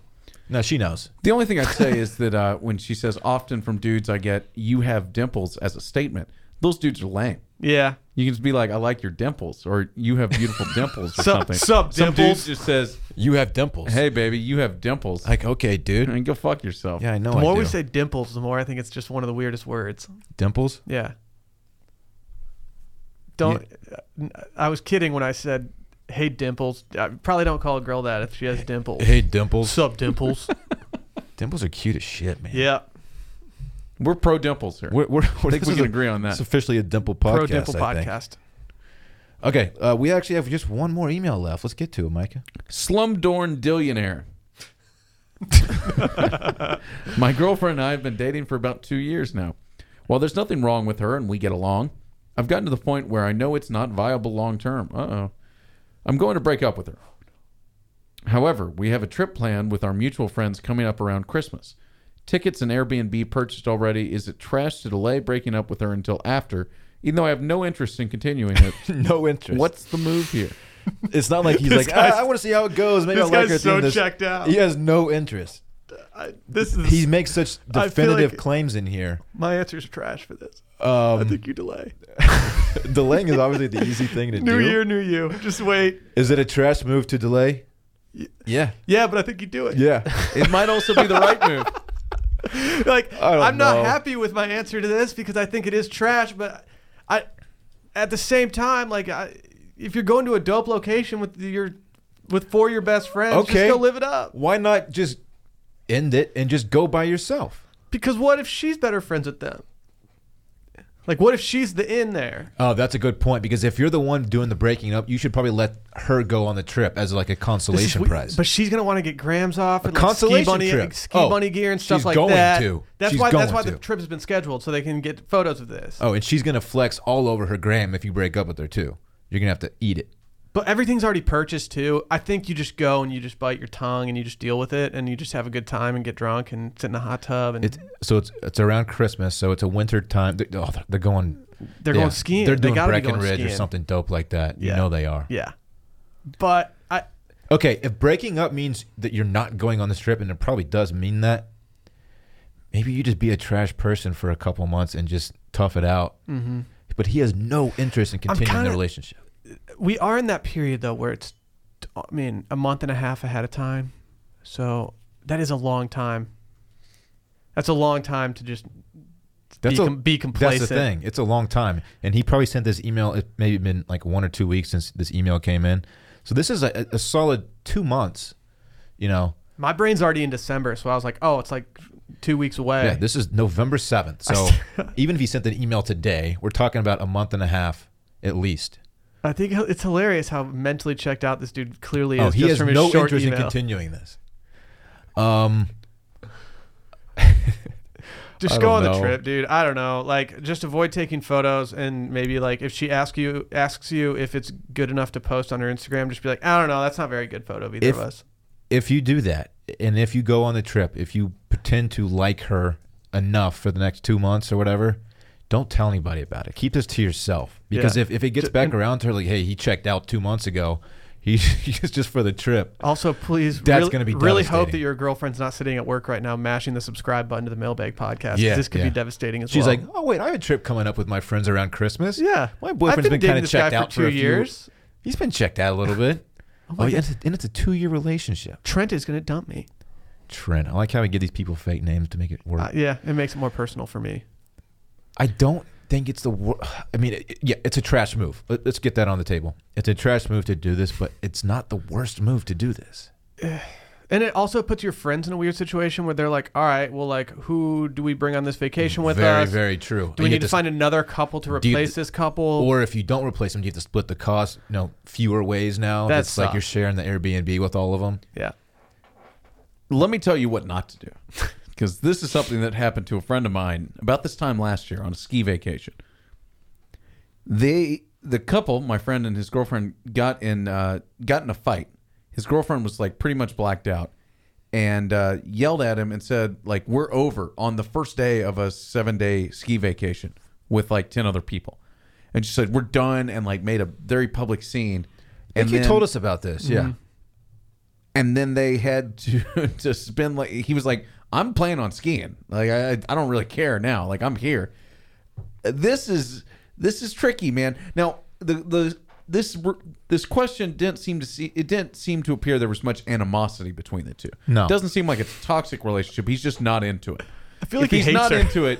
[SPEAKER 1] No, she knows.
[SPEAKER 2] The only thing I'd say is that uh, when she says often from dudes, I get you have dimples as a statement. Those dudes are lame.
[SPEAKER 3] Yeah.
[SPEAKER 2] You can just be like, I like your dimples, or you have beautiful dimples, or
[SPEAKER 3] Sup-
[SPEAKER 2] something.
[SPEAKER 3] sup,
[SPEAKER 2] Some dude
[SPEAKER 3] dimples?
[SPEAKER 2] just says,
[SPEAKER 1] You have dimples.
[SPEAKER 2] "Hey, baby, you have dimples."
[SPEAKER 1] Like, okay, dude.
[SPEAKER 2] and go fuck yourself.
[SPEAKER 1] Yeah, I know.
[SPEAKER 3] The more
[SPEAKER 1] I do.
[SPEAKER 3] we say dimples, the more I think it's just one of the weirdest words.
[SPEAKER 1] dimples,
[SPEAKER 3] Yeah. Don't. uh, I was kidding when I said, "Hey, dimples." I probably don't call a girl that if she has dimples.
[SPEAKER 1] hey, dimples.
[SPEAKER 3] Sup, dimples.
[SPEAKER 1] Dimples are cute as shit, man.
[SPEAKER 3] yeah.
[SPEAKER 2] We're pro dimples here.
[SPEAKER 1] We're, we're,
[SPEAKER 2] I think we can agree on that.
[SPEAKER 1] It's officially a dimple podcast.
[SPEAKER 3] Pro dimple
[SPEAKER 1] I think.
[SPEAKER 3] podcast.
[SPEAKER 1] Okay, uh, we actually have just one more email left. Let's get to it, Micah.
[SPEAKER 2] Slumdorn Dillionaire. My girlfriend and I have been dating for about two years now. While there's nothing wrong with her and we get along, I've gotten to the point where I know it's not viable long term. Uh oh. I'm going to break up with her. However, we have a trip planned with our mutual friends coming up around Christmas. Tickets and Airbnb purchased already. Is it trash to delay breaking up with her until after, even though I have no interest in continuing it?
[SPEAKER 1] No interest. What?
[SPEAKER 2] What's the move here?
[SPEAKER 1] It's not like he's like, "Ah, I, want to see how it goes. Maybe
[SPEAKER 3] this
[SPEAKER 1] I like
[SPEAKER 3] guy's
[SPEAKER 1] her at the end
[SPEAKER 3] so
[SPEAKER 1] of this."
[SPEAKER 3] checked out.
[SPEAKER 1] He has no interest.
[SPEAKER 3] this is
[SPEAKER 1] He makes such
[SPEAKER 3] I feel
[SPEAKER 1] definitive
[SPEAKER 3] like-
[SPEAKER 1] claims in here.
[SPEAKER 3] my answer's trash for this. I
[SPEAKER 1] Um,
[SPEAKER 3] think you delay.
[SPEAKER 1] delaying is obviously the easy thing to
[SPEAKER 3] New
[SPEAKER 1] do.
[SPEAKER 3] year, new you. Just wait.
[SPEAKER 1] Is it a trash move to delay? Yeah.
[SPEAKER 3] Yeah, but I think you do it.
[SPEAKER 1] Yeah.
[SPEAKER 2] It might also be the right move.
[SPEAKER 3] like
[SPEAKER 1] I don't
[SPEAKER 3] I'm
[SPEAKER 1] know.
[SPEAKER 3] not happy with my answer to this because I think it is trash. But I, at the same time, like I, if you're going to a dope location with your, with four of your best friends,
[SPEAKER 1] Okay.
[SPEAKER 3] just go live it up.
[SPEAKER 1] Why not just end it and just go by yourself?
[SPEAKER 3] Because what if she's better friends with them? Like what if she's the in there?
[SPEAKER 1] Oh, that's a good point because if you're the one doing the breaking up, you should probably let her go on the trip as like a
[SPEAKER 3] This is
[SPEAKER 1] consolation
[SPEAKER 3] we-
[SPEAKER 1] prize.
[SPEAKER 3] But she's gonna want to get grams off and like
[SPEAKER 1] consolation
[SPEAKER 3] ski bunny,
[SPEAKER 1] trip.
[SPEAKER 3] ski
[SPEAKER 1] Oh,
[SPEAKER 3] bunny gear and stuff
[SPEAKER 1] she's
[SPEAKER 3] like
[SPEAKER 1] going
[SPEAKER 3] that.
[SPEAKER 1] to.
[SPEAKER 3] That's
[SPEAKER 1] She's
[SPEAKER 3] why that's
[SPEAKER 1] going
[SPEAKER 3] why
[SPEAKER 1] to.
[SPEAKER 3] the trip has been scheduled so they can get photos of this.
[SPEAKER 1] oh, and she's gonna flex all over her gram if you break up with her too. You're gonna have to eat it.
[SPEAKER 3] But everything's already purchased too. I think you just go and you just bite your tongue and you just deal with it and you just have a good time and get drunk and sit in a hot tub and
[SPEAKER 1] It's so it's it's around Christmas, so it's a winter time. They're, oh, they're going.
[SPEAKER 3] they're
[SPEAKER 1] yeah.
[SPEAKER 3] going skiing.
[SPEAKER 1] They're
[SPEAKER 3] They
[SPEAKER 1] doing
[SPEAKER 3] gotta be going
[SPEAKER 1] Breckenridge or
[SPEAKER 3] skiing.
[SPEAKER 1] something dope like that. You
[SPEAKER 3] Yeah.
[SPEAKER 1] know they are.
[SPEAKER 3] Yeah. But I
[SPEAKER 1] Okay, if breaking up means that you're not going on this trip, and it probably does mean that, maybe you just be a trash person for a couple months and just tough it out. Mm-hmm. But he has no interest in continuing the
[SPEAKER 3] kinda-
[SPEAKER 1] relationship.
[SPEAKER 3] we are in that period though where it's I mean, a month and a half ahead of time. So that is a long time. That's a long time to just
[SPEAKER 1] That's
[SPEAKER 3] be,
[SPEAKER 1] a-
[SPEAKER 3] com- be
[SPEAKER 1] That's
[SPEAKER 3] complacent.
[SPEAKER 1] the thing. It's a long time, and he probably sent this email. It maybe been like one or two weeks since this email came in. So this is a, a solid two months. You know,
[SPEAKER 3] My brain's already in December, so I was like, oh, it's like two weeks away.
[SPEAKER 1] yeah. This is November seventh. So even if he sent an email today, we're talking about a month and a half at least.
[SPEAKER 3] I think it's hilarious how mentally checked out this dude clearly is
[SPEAKER 1] oh, he
[SPEAKER 3] just
[SPEAKER 1] has
[SPEAKER 3] from his
[SPEAKER 1] no
[SPEAKER 3] short
[SPEAKER 1] interest in
[SPEAKER 3] email.
[SPEAKER 1] continuing this. Um, I
[SPEAKER 3] just go on
[SPEAKER 1] don't
[SPEAKER 3] the
[SPEAKER 1] know.
[SPEAKER 3] trip, dude. I don't know. Like, just avoid taking photos, and maybe like if she asks you asks you if it's good enough to post on her Instagram, just be like, I don't know, that's not a very good photo of either
[SPEAKER 1] If-
[SPEAKER 3] of us.
[SPEAKER 1] if you do that, and if you go on the trip, if you pretend to like her enough for the next two months or whatever, don't tell anybody about it. Keep this to yourself because
[SPEAKER 3] Yeah.
[SPEAKER 1] if, if it gets back around to her, like, hey, he checked out two months ago, He, he's just for the trip.
[SPEAKER 3] Also, please
[SPEAKER 1] That's
[SPEAKER 3] really,
[SPEAKER 1] gonna be
[SPEAKER 3] really hope that
[SPEAKER 1] devastating.
[SPEAKER 3] your girlfriend's not sitting at work right now mashing the subscribe button to the Mailbag podcast.
[SPEAKER 1] Yeah,
[SPEAKER 3] this could
[SPEAKER 1] yeah.
[SPEAKER 3] be devastating as
[SPEAKER 1] She's
[SPEAKER 3] well.
[SPEAKER 1] like, oh wait, I have a trip coming up with my friends around Christmas.
[SPEAKER 3] yeah,
[SPEAKER 1] my boyfriend's
[SPEAKER 3] I've
[SPEAKER 1] been,
[SPEAKER 3] dating
[SPEAKER 1] kind of
[SPEAKER 3] this guy
[SPEAKER 1] checked out
[SPEAKER 3] for two
[SPEAKER 1] a few-
[SPEAKER 3] years.
[SPEAKER 1] He's been checked out a little bit. oh,
[SPEAKER 3] my
[SPEAKER 1] yeah, and it's- and it's a two-year relationship.
[SPEAKER 3] Trent is going to dump me.
[SPEAKER 1] Trent, I like how we give these people fake names to make it work.
[SPEAKER 3] Uh, yeah, it makes it more personal for me.
[SPEAKER 1] I don't think it's the wor I mean, it, yeah, it's a trash move. Let, let's get that on the table. It's a trash move to do this, but it's not the worst move to do this.
[SPEAKER 3] And it also puts your friends in a weird situation where they're like, all right, well, like, who do we bring on this vacation with
[SPEAKER 1] very,
[SPEAKER 3] us?
[SPEAKER 1] very true.
[SPEAKER 3] do we
[SPEAKER 1] You
[SPEAKER 3] need to
[SPEAKER 1] s-
[SPEAKER 3] find another couple to
[SPEAKER 1] Do you-
[SPEAKER 3] replace this couple?
[SPEAKER 1] Or if you don't replace them, you have to split the cost. You know, fewer ways now.
[SPEAKER 3] That
[SPEAKER 1] That's it's like you're
[SPEAKER 3] sucks.
[SPEAKER 1] sharing the Airbnb with all of them.
[SPEAKER 3] yeah.
[SPEAKER 2] Let me tell you what not to do. Because this is something that happened to a friend of mine about this time last year on a ski vacation. They the couple, my friend and his girlfriend, got in uh, got in a fight. His girlfriend was like pretty much blacked out and uh, yelled at him and said, like, we're over on the first day of a seven day ski vacation with like ten other people. And she said, We're done and like made a very public scene.
[SPEAKER 1] And
[SPEAKER 2] And
[SPEAKER 1] you
[SPEAKER 2] then-
[SPEAKER 1] told us about this. Yeah.
[SPEAKER 2] and then they had to to spend like he was like i'm planning on skiing like i i don't really care now like i'm here this is this is tricky man now the the this this question didn't seem to see it didn't seem to appear there was much animosity between the two
[SPEAKER 1] No.
[SPEAKER 2] doesn't seem like it's a toxic relationship he's just not into it i
[SPEAKER 3] feel like
[SPEAKER 2] if
[SPEAKER 3] he
[SPEAKER 2] he's
[SPEAKER 3] hates
[SPEAKER 2] not
[SPEAKER 3] her.
[SPEAKER 2] into it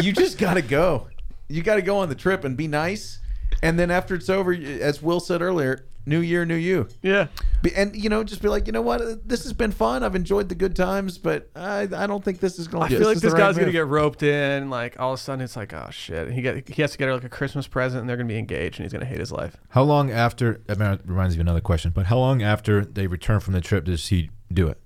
[SPEAKER 2] you just gotta go you gotta go on the trip and be nice and then after it's over as will said earlier new year new you
[SPEAKER 3] Yeah.
[SPEAKER 2] be- and you know just be like you know what this has been fun i've enjoyed the good times but i i don't think this is going
[SPEAKER 3] I feel like this guy's gonna get roped in. Like all of a sudden, it's like, oh shit! He get he has to get her like a Christmas present, and they're gonna be engaged, and he's gonna hate his life.
[SPEAKER 1] How long after? I mean, it reminds me of another question. But how long after they return from the trip does he do it?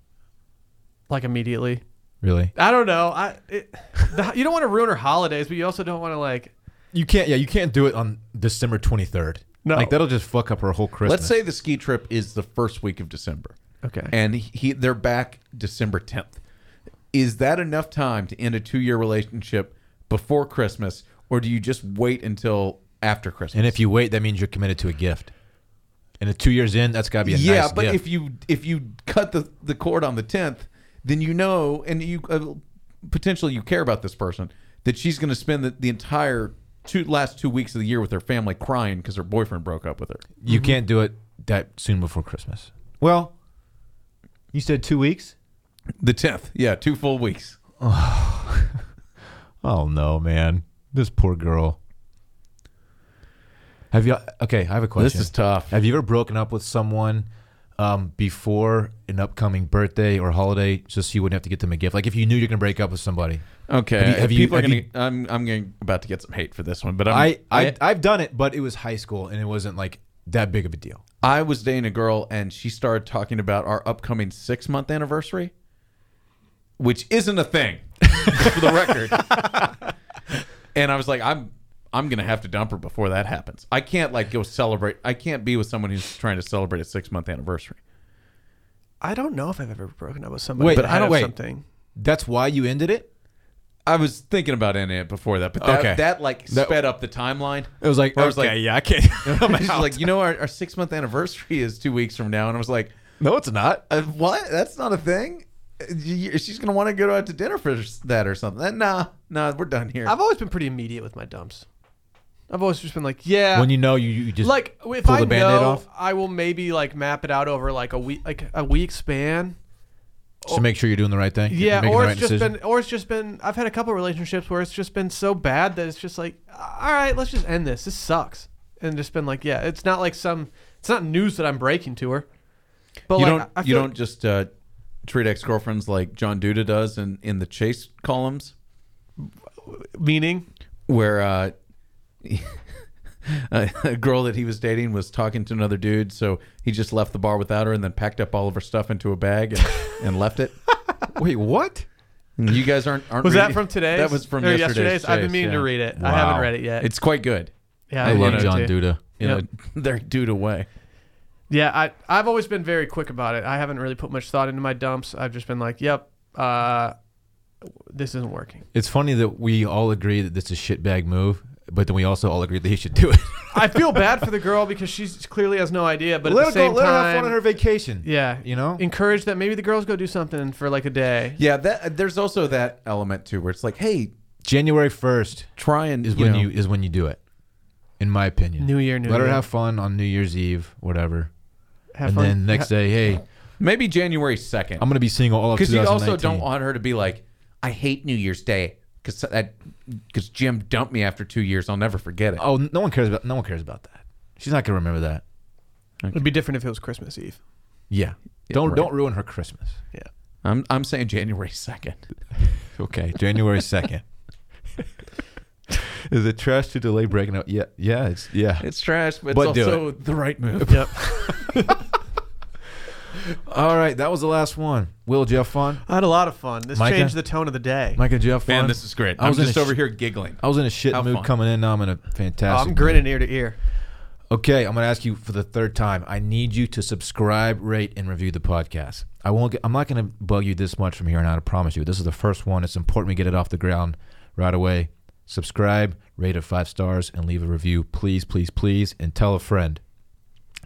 [SPEAKER 3] Like immediately.
[SPEAKER 1] Really?
[SPEAKER 3] I don't know. I it, the, you don't want to ruin her holidays, but you also don't want to like.
[SPEAKER 1] You can't. Yeah, you can't do it on December 23rd.
[SPEAKER 3] No.
[SPEAKER 1] Like that'll just fuck up her whole Christmas.
[SPEAKER 2] let's say the ski trip is the first week of december
[SPEAKER 3] Okay.
[SPEAKER 2] and he they're back december 10th is that enough time to end a two-year relationship before christmas or do you just wait until after christmas
[SPEAKER 1] And if you wait, that means you're committed to a gift. And if two years in, that's got to be a
[SPEAKER 2] yeah
[SPEAKER 1] nice
[SPEAKER 2] but
[SPEAKER 1] gift.
[SPEAKER 2] if you if you cut the the cord on the 10th then you know and you uh, potentially you care about this person that she's going to spend the, the entire two last two weeks of the year with her family crying because her boyfriend broke up with her
[SPEAKER 1] You can't do it that soon before Christmas. Well, you said two weeks.
[SPEAKER 2] the 10th yeah two full weeks
[SPEAKER 1] Oh no, man, this poor girl. Have you? Okay, I have a question.
[SPEAKER 2] is tough.
[SPEAKER 1] Have you ever broken up with someone um, before an upcoming birthday or holiday, just so you wouldn't have to get them a gift? Like if you knew you're gonna break up with somebody.
[SPEAKER 2] okay
[SPEAKER 1] Have you- have you-
[SPEAKER 2] people
[SPEAKER 1] have
[SPEAKER 2] are gonna,
[SPEAKER 1] you-
[SPEAKER 2] i'm i'm going about to get some hate for this one but I'm,
[SPEAKER 1] I, I I've done it, but it was high school and it wasn't like that big of a deal.
[SPEAKER 2] I was dating a girl and she started talking about our upcoming six month anniversary, which isn't a thing for the record. and I was like, I'm I'm gonna have to dump her before that happens. I can't like go celebrate. I can't be with someone who's trying to celebrate a six month anniversary.
[SPEAKER 3] I don't know if I've ever broken up with somebody.
[SPEAKER 1] Wait,
[SPEAKER 3] but
[SPEAKER 1] I
[SPEAKER 3] I
[SPEAKER 1] don't-
[SPEAKER 3] don't
[SPEAKER 1] wait.
[SPEAKER 3] something.
[SPEAKER 1] That's why you ended it.
[SPEAKER 2] I was thinking about ending it before that, but that,
[SPEAKER 1] Okay.
[SPEAKER 2] that like
[SPEAKER 1] That-
[SPEAKER 2] sped up the timeline.
[SPEAKER 1] It was like,
[SPEAKER 2] Where I was
[SPEAKER 1] okay,
[SPEAKER 2] like-
[SPEAKER 1] yeah, I can't.
[SPEAKER 2] I was just like, you know, our, our six month anniversary is two weeks from now, and I was like,
[SPEAKER 1] no, it's not.
[SPEAKER 2] Uh, what? That's not a thing. Uh, y- She's gonna want to go out to dinner for s- that or something. That- Nah, nah, we're done here.
[SPEAKER 3] I've always been pretty immediate with my dumps. I've always just been like, yeah.
[SPEAKER 1] When you know, you, you just
[SPEAKER 3] like if
[SPEAKER 1] pull
[SPEAKER 3] I
[SPEAKER 1] the Band-Aid
[SPEAKER 3] know,
[SPEAKER 1] off?
[SPEAKER 3] I will maybe like map it out over like a week, like a week span.
[SPEAKER 1] to make sure you're doing the right thing.
[SPEAKER 3] Yeah,
[SPEAKER 1] making
[SPEAKER 3] or
[SPEAKER 1] the right
[SPEAKER 3] it's just
[SPEAKER 1] decision.
[SPEAKER 3] been, or it's just been. I've had a couple relationships where it's just been so bad that it's just like, all right, let's just end this. This sucks, and just been like, yeah, it's not like some, it's not news that I'm breaking to her. But
[SPEAKER 2] you
[SPEAKER 3] like,
[SPEAKER 2] don't.
[SPEAKER 3] I
[SPEAKER 2] You
[SPEAKER 3] feel-
[SPEAKER 2] don't just uh, treat ex girlfriends like John Duda does in in the chase columns,
[SPEAKER 3] meaning.
[SPEAKER 2] where uh, a a girl that he was dating was talking to another dude, so he just left the bar without her and then packed up all of her stuff into a bag and, and left it.
[SPEAKER 1] Wait, what?
[SPEAKER 2] You guys aren't aren't
[SPEAKER 3] Was that
[SPEAKER 2] reading-
[SPEAKER 3] from today?
[SPEAKER 2] That was from
[SPEAKER 3] or
[SPEAKER 2] yesterday's.
[SPEAKER 3] I've
[SPEAKER 2] Chase,
[SPEAKER 3] been meaning to
[SPEAKER 2] yeah.
[SPEAKER 3] read it. I
[SPEAKER 1] Wow.
[SPEAKER 3] haven't read it yet.
[SPEAKER 2] It's quite good.
[SPEAKER 3] yeah,
[SPEAKER 1] I,
[SPEAKER 3] I'm
[SPEAKER 1] love
[SPEAKER 3] gonna
[SPEAKER 1] John
[SPEAKER 3] too.
[SPEAKER 1] Duda.
[SPEAKER 2] You
[SPEAKER 3] Yep.
[SPEAKER 2] know, they're dude away.
[SPEAKER 3] Yeah, I I've always been very quick about it. I haven't really put much thought into my dumps. I've just been like, yep, uh, this isn't working.
[SPEAKER 1] It's funny that we all agree that this is a shitbag move, But then we also all agreed that he should do it.
[SPEAKER 3] I feel bad for the girl because she clearly has no idea. But
[SPEAKER 1] let
[SPEAKER 3] at
[SPEAKER 1] her
[SPEAKER 3] the same
[SPEAKER 1] go. Let her have
[SPEAKER 3] time,
[SPEAKER 1] fun on her vacation.
[SPEAKER 3] yeah,
[SPEAKER 1] You know?
[SPEAKER 3] encourage that. Maybe the girls go do something for like a day.
[SPEAKER 2] Yeah, that there's also that element too, where it's like, hey,
[SPEAKER 1] January first
[SPEAKER 2] try and
[SPEAKER 1] is when
[SPEAKER 2] know,
[SPEAKER 1] you is when you do it. In my opinion,
[SPEAKER 3] New Year, New
[SPEAKER 1] Let her
[SPEAKER 3] Year.
[SPEAKER 1] have fun on New Year's Eve, whatever,
[SPEAKER 3] Have
[SPEAKER 1] and
[SPEAKER 3] fun.
[SPEAKER 1] then next day, hey,
[SPEAKER 2] maybe January second.
[SPEAKER 1] I'm gonna be single all of
[SPEAKER 2] Because you also
[SPEAKER 1] 2019.
[SPEAKER 2] don't want her to be like, I hate New Year's Day because because Jim dumped me after two years. I'll never forget it.
[SPEAKER 1] Oh, no one cares about no one cares about that. She's not gonna remember that.
[SPEAKER 3] It'd be different if it was Christmas Eve.
[SPEAKER 1] Yeah. Don't
[SPEAKER 2] right.
[SPEAKER 1] don't ruin her Christmas.
[SPEAKER 2] I'm I'm saying January second.
[SPEAKER 1] Okay, January second. Is it trash to delay breaking up? Yeah, yeah, it's yeah.
[SPEAKER 2] It's trash, but,
[SPEAKER 1] But
[SPEAKER 2] it's
[SPEAKER 1] do
[SPEAKER 2] also the right move.
[SPEAKER 3] Yep.
[SPEAKER 1] All right, that was the last one. Will Jeff fun?
[SPEAKER 3] I had a lot of fun. This
[SPEAKER 1] Micah?
[SPEAKER 3] changed the tone of the day.
[SPEAKER 1] Mike and Jeff fun.
[SPEAKER 2] Man, this is great.
[SPEAKER 1] I
[SPEAKER 2] I'm
[SPEAKER 1] was in
[SPEAKER 2] just
[SPEAKER 1] a sh-
[SPEAKER 2] over here giggling.
[SPEAKER 1] I was in a shit
[SPEAKER 2] How
[SPEAKER 1] mood
[SPEAKER 2] fun.
[SPEAKER 1] coming in. Now I'm in a
[SPEAKER 3] Oh,
[SPEAKER 1] fantastic.
[SPEAKER 3] I'm
[SPEAKER 1] mood.
[SPEAKER 3] grinning ear to ear.
[SPEAKER 1] Okay, I'm going to ask you for the third time. I need you to subscribe, rate, and review the podcast. I won't. Get, I'm not going to bug you this much from here on out. I promise you. This is the first one. It's important we get it off the ground right away. Subscribe, rate it five stars, and leave a review, please, please, please, and tell a friend.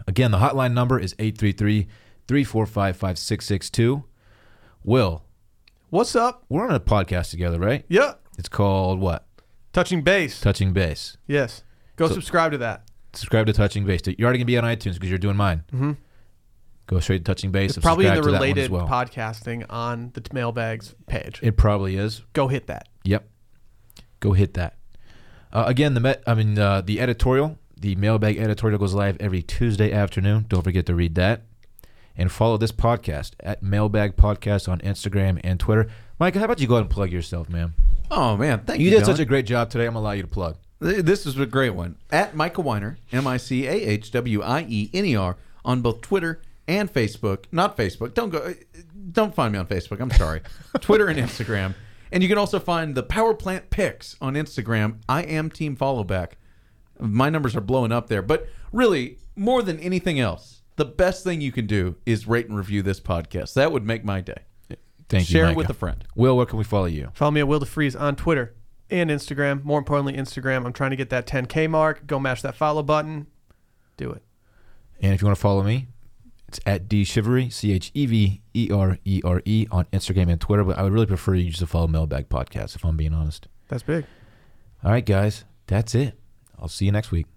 [SPEAKER 1] Again, the hotline number is 833-345-5662. Will,
[SPEAKER 3] What's up?
[SPEAKER 1] we're on a podcast together, right?
[SPEAKER 3] Yeah.
[SPEAKER 1] It's called what?
[SPEAKER 3] Touching base.
[SPEAKER 1] Touching Base.
[SPEAKER 3] yes. Go subscribe to that.
[SPEAKER 1] subscribe to Touching Base. You're already gonna be on iTunes because you're doing mine. Mm-hmm. Go straight to Touching Base.
[SPEAKER 3] It's probably in
[SPEAKER 1] subscribe to
[SPEAKER 3] the
[SPEAKER 1] that one
[SPEAKER 3] related
[SPEAKER 1] as well.
[SPEAKER 3] podcasting on the t- mailbags page.
[SPEAKER 1] It probably is.
[SPEAKER 3] Go hit that.
[SPEAKER 1] Yep. Go hit that. Uh, again, the met. I mean, uh, the editorial, the mailbag editorial goes live every Tuesday afternoon. Don't forget to read that, and follow this podcast at Mailbag Podcast on Instagram and Twitter. Mike, how about you go ahead and plug yourself, man?
[SPEAKER 2] Oh man, thank
[SPEAKER 1] You
[SPEAKER 2] you.
[SPEAKER 1] did
[SPEAKER 2] Dylan.
[SPEAKER 1] such a great job today. I'm gonna allow you to plug.
[SPEAKER 2] Th- This is a great one. At Micah Weiner, M I C A H W I E N E R, on both Twitter and Facebook. Not Facebook. Don't go. uh, Don't find me on Facebook. I'm sorry. Twitter and Instagram. And you can also find the Power Plant Picks on Instagram. I am Team Followback. My numbers are blowing up there. But really, more than anything else, the best thing you can do is rate and review this podcast. That would make my day.
[SPEAKER 1] Thank you.
[SPEAKER 2] Share it with
[SPEAKER 1] Micah.
[SPEAKER 2] a friend.
[SPEAKER 1] Will, where can we follow you?
[SPEAKER 3] Follow me at Will DeFreeze on Twitter and Instagram. More importantly, Instagram. I'm trying to get that 10K mark. Go mash that follow button. Do it.
[SPEAKER 1] And if you want to follow me, it's at D Chivery, C H E V E R E R E on Instagram and Twitter. But I would really prefer you just to follow Mailbag Podcast if I'm being honest.
[SPEAKER 3] That's big.
[SPEAKER 1] All right, guys, that's it. I'll see you next week.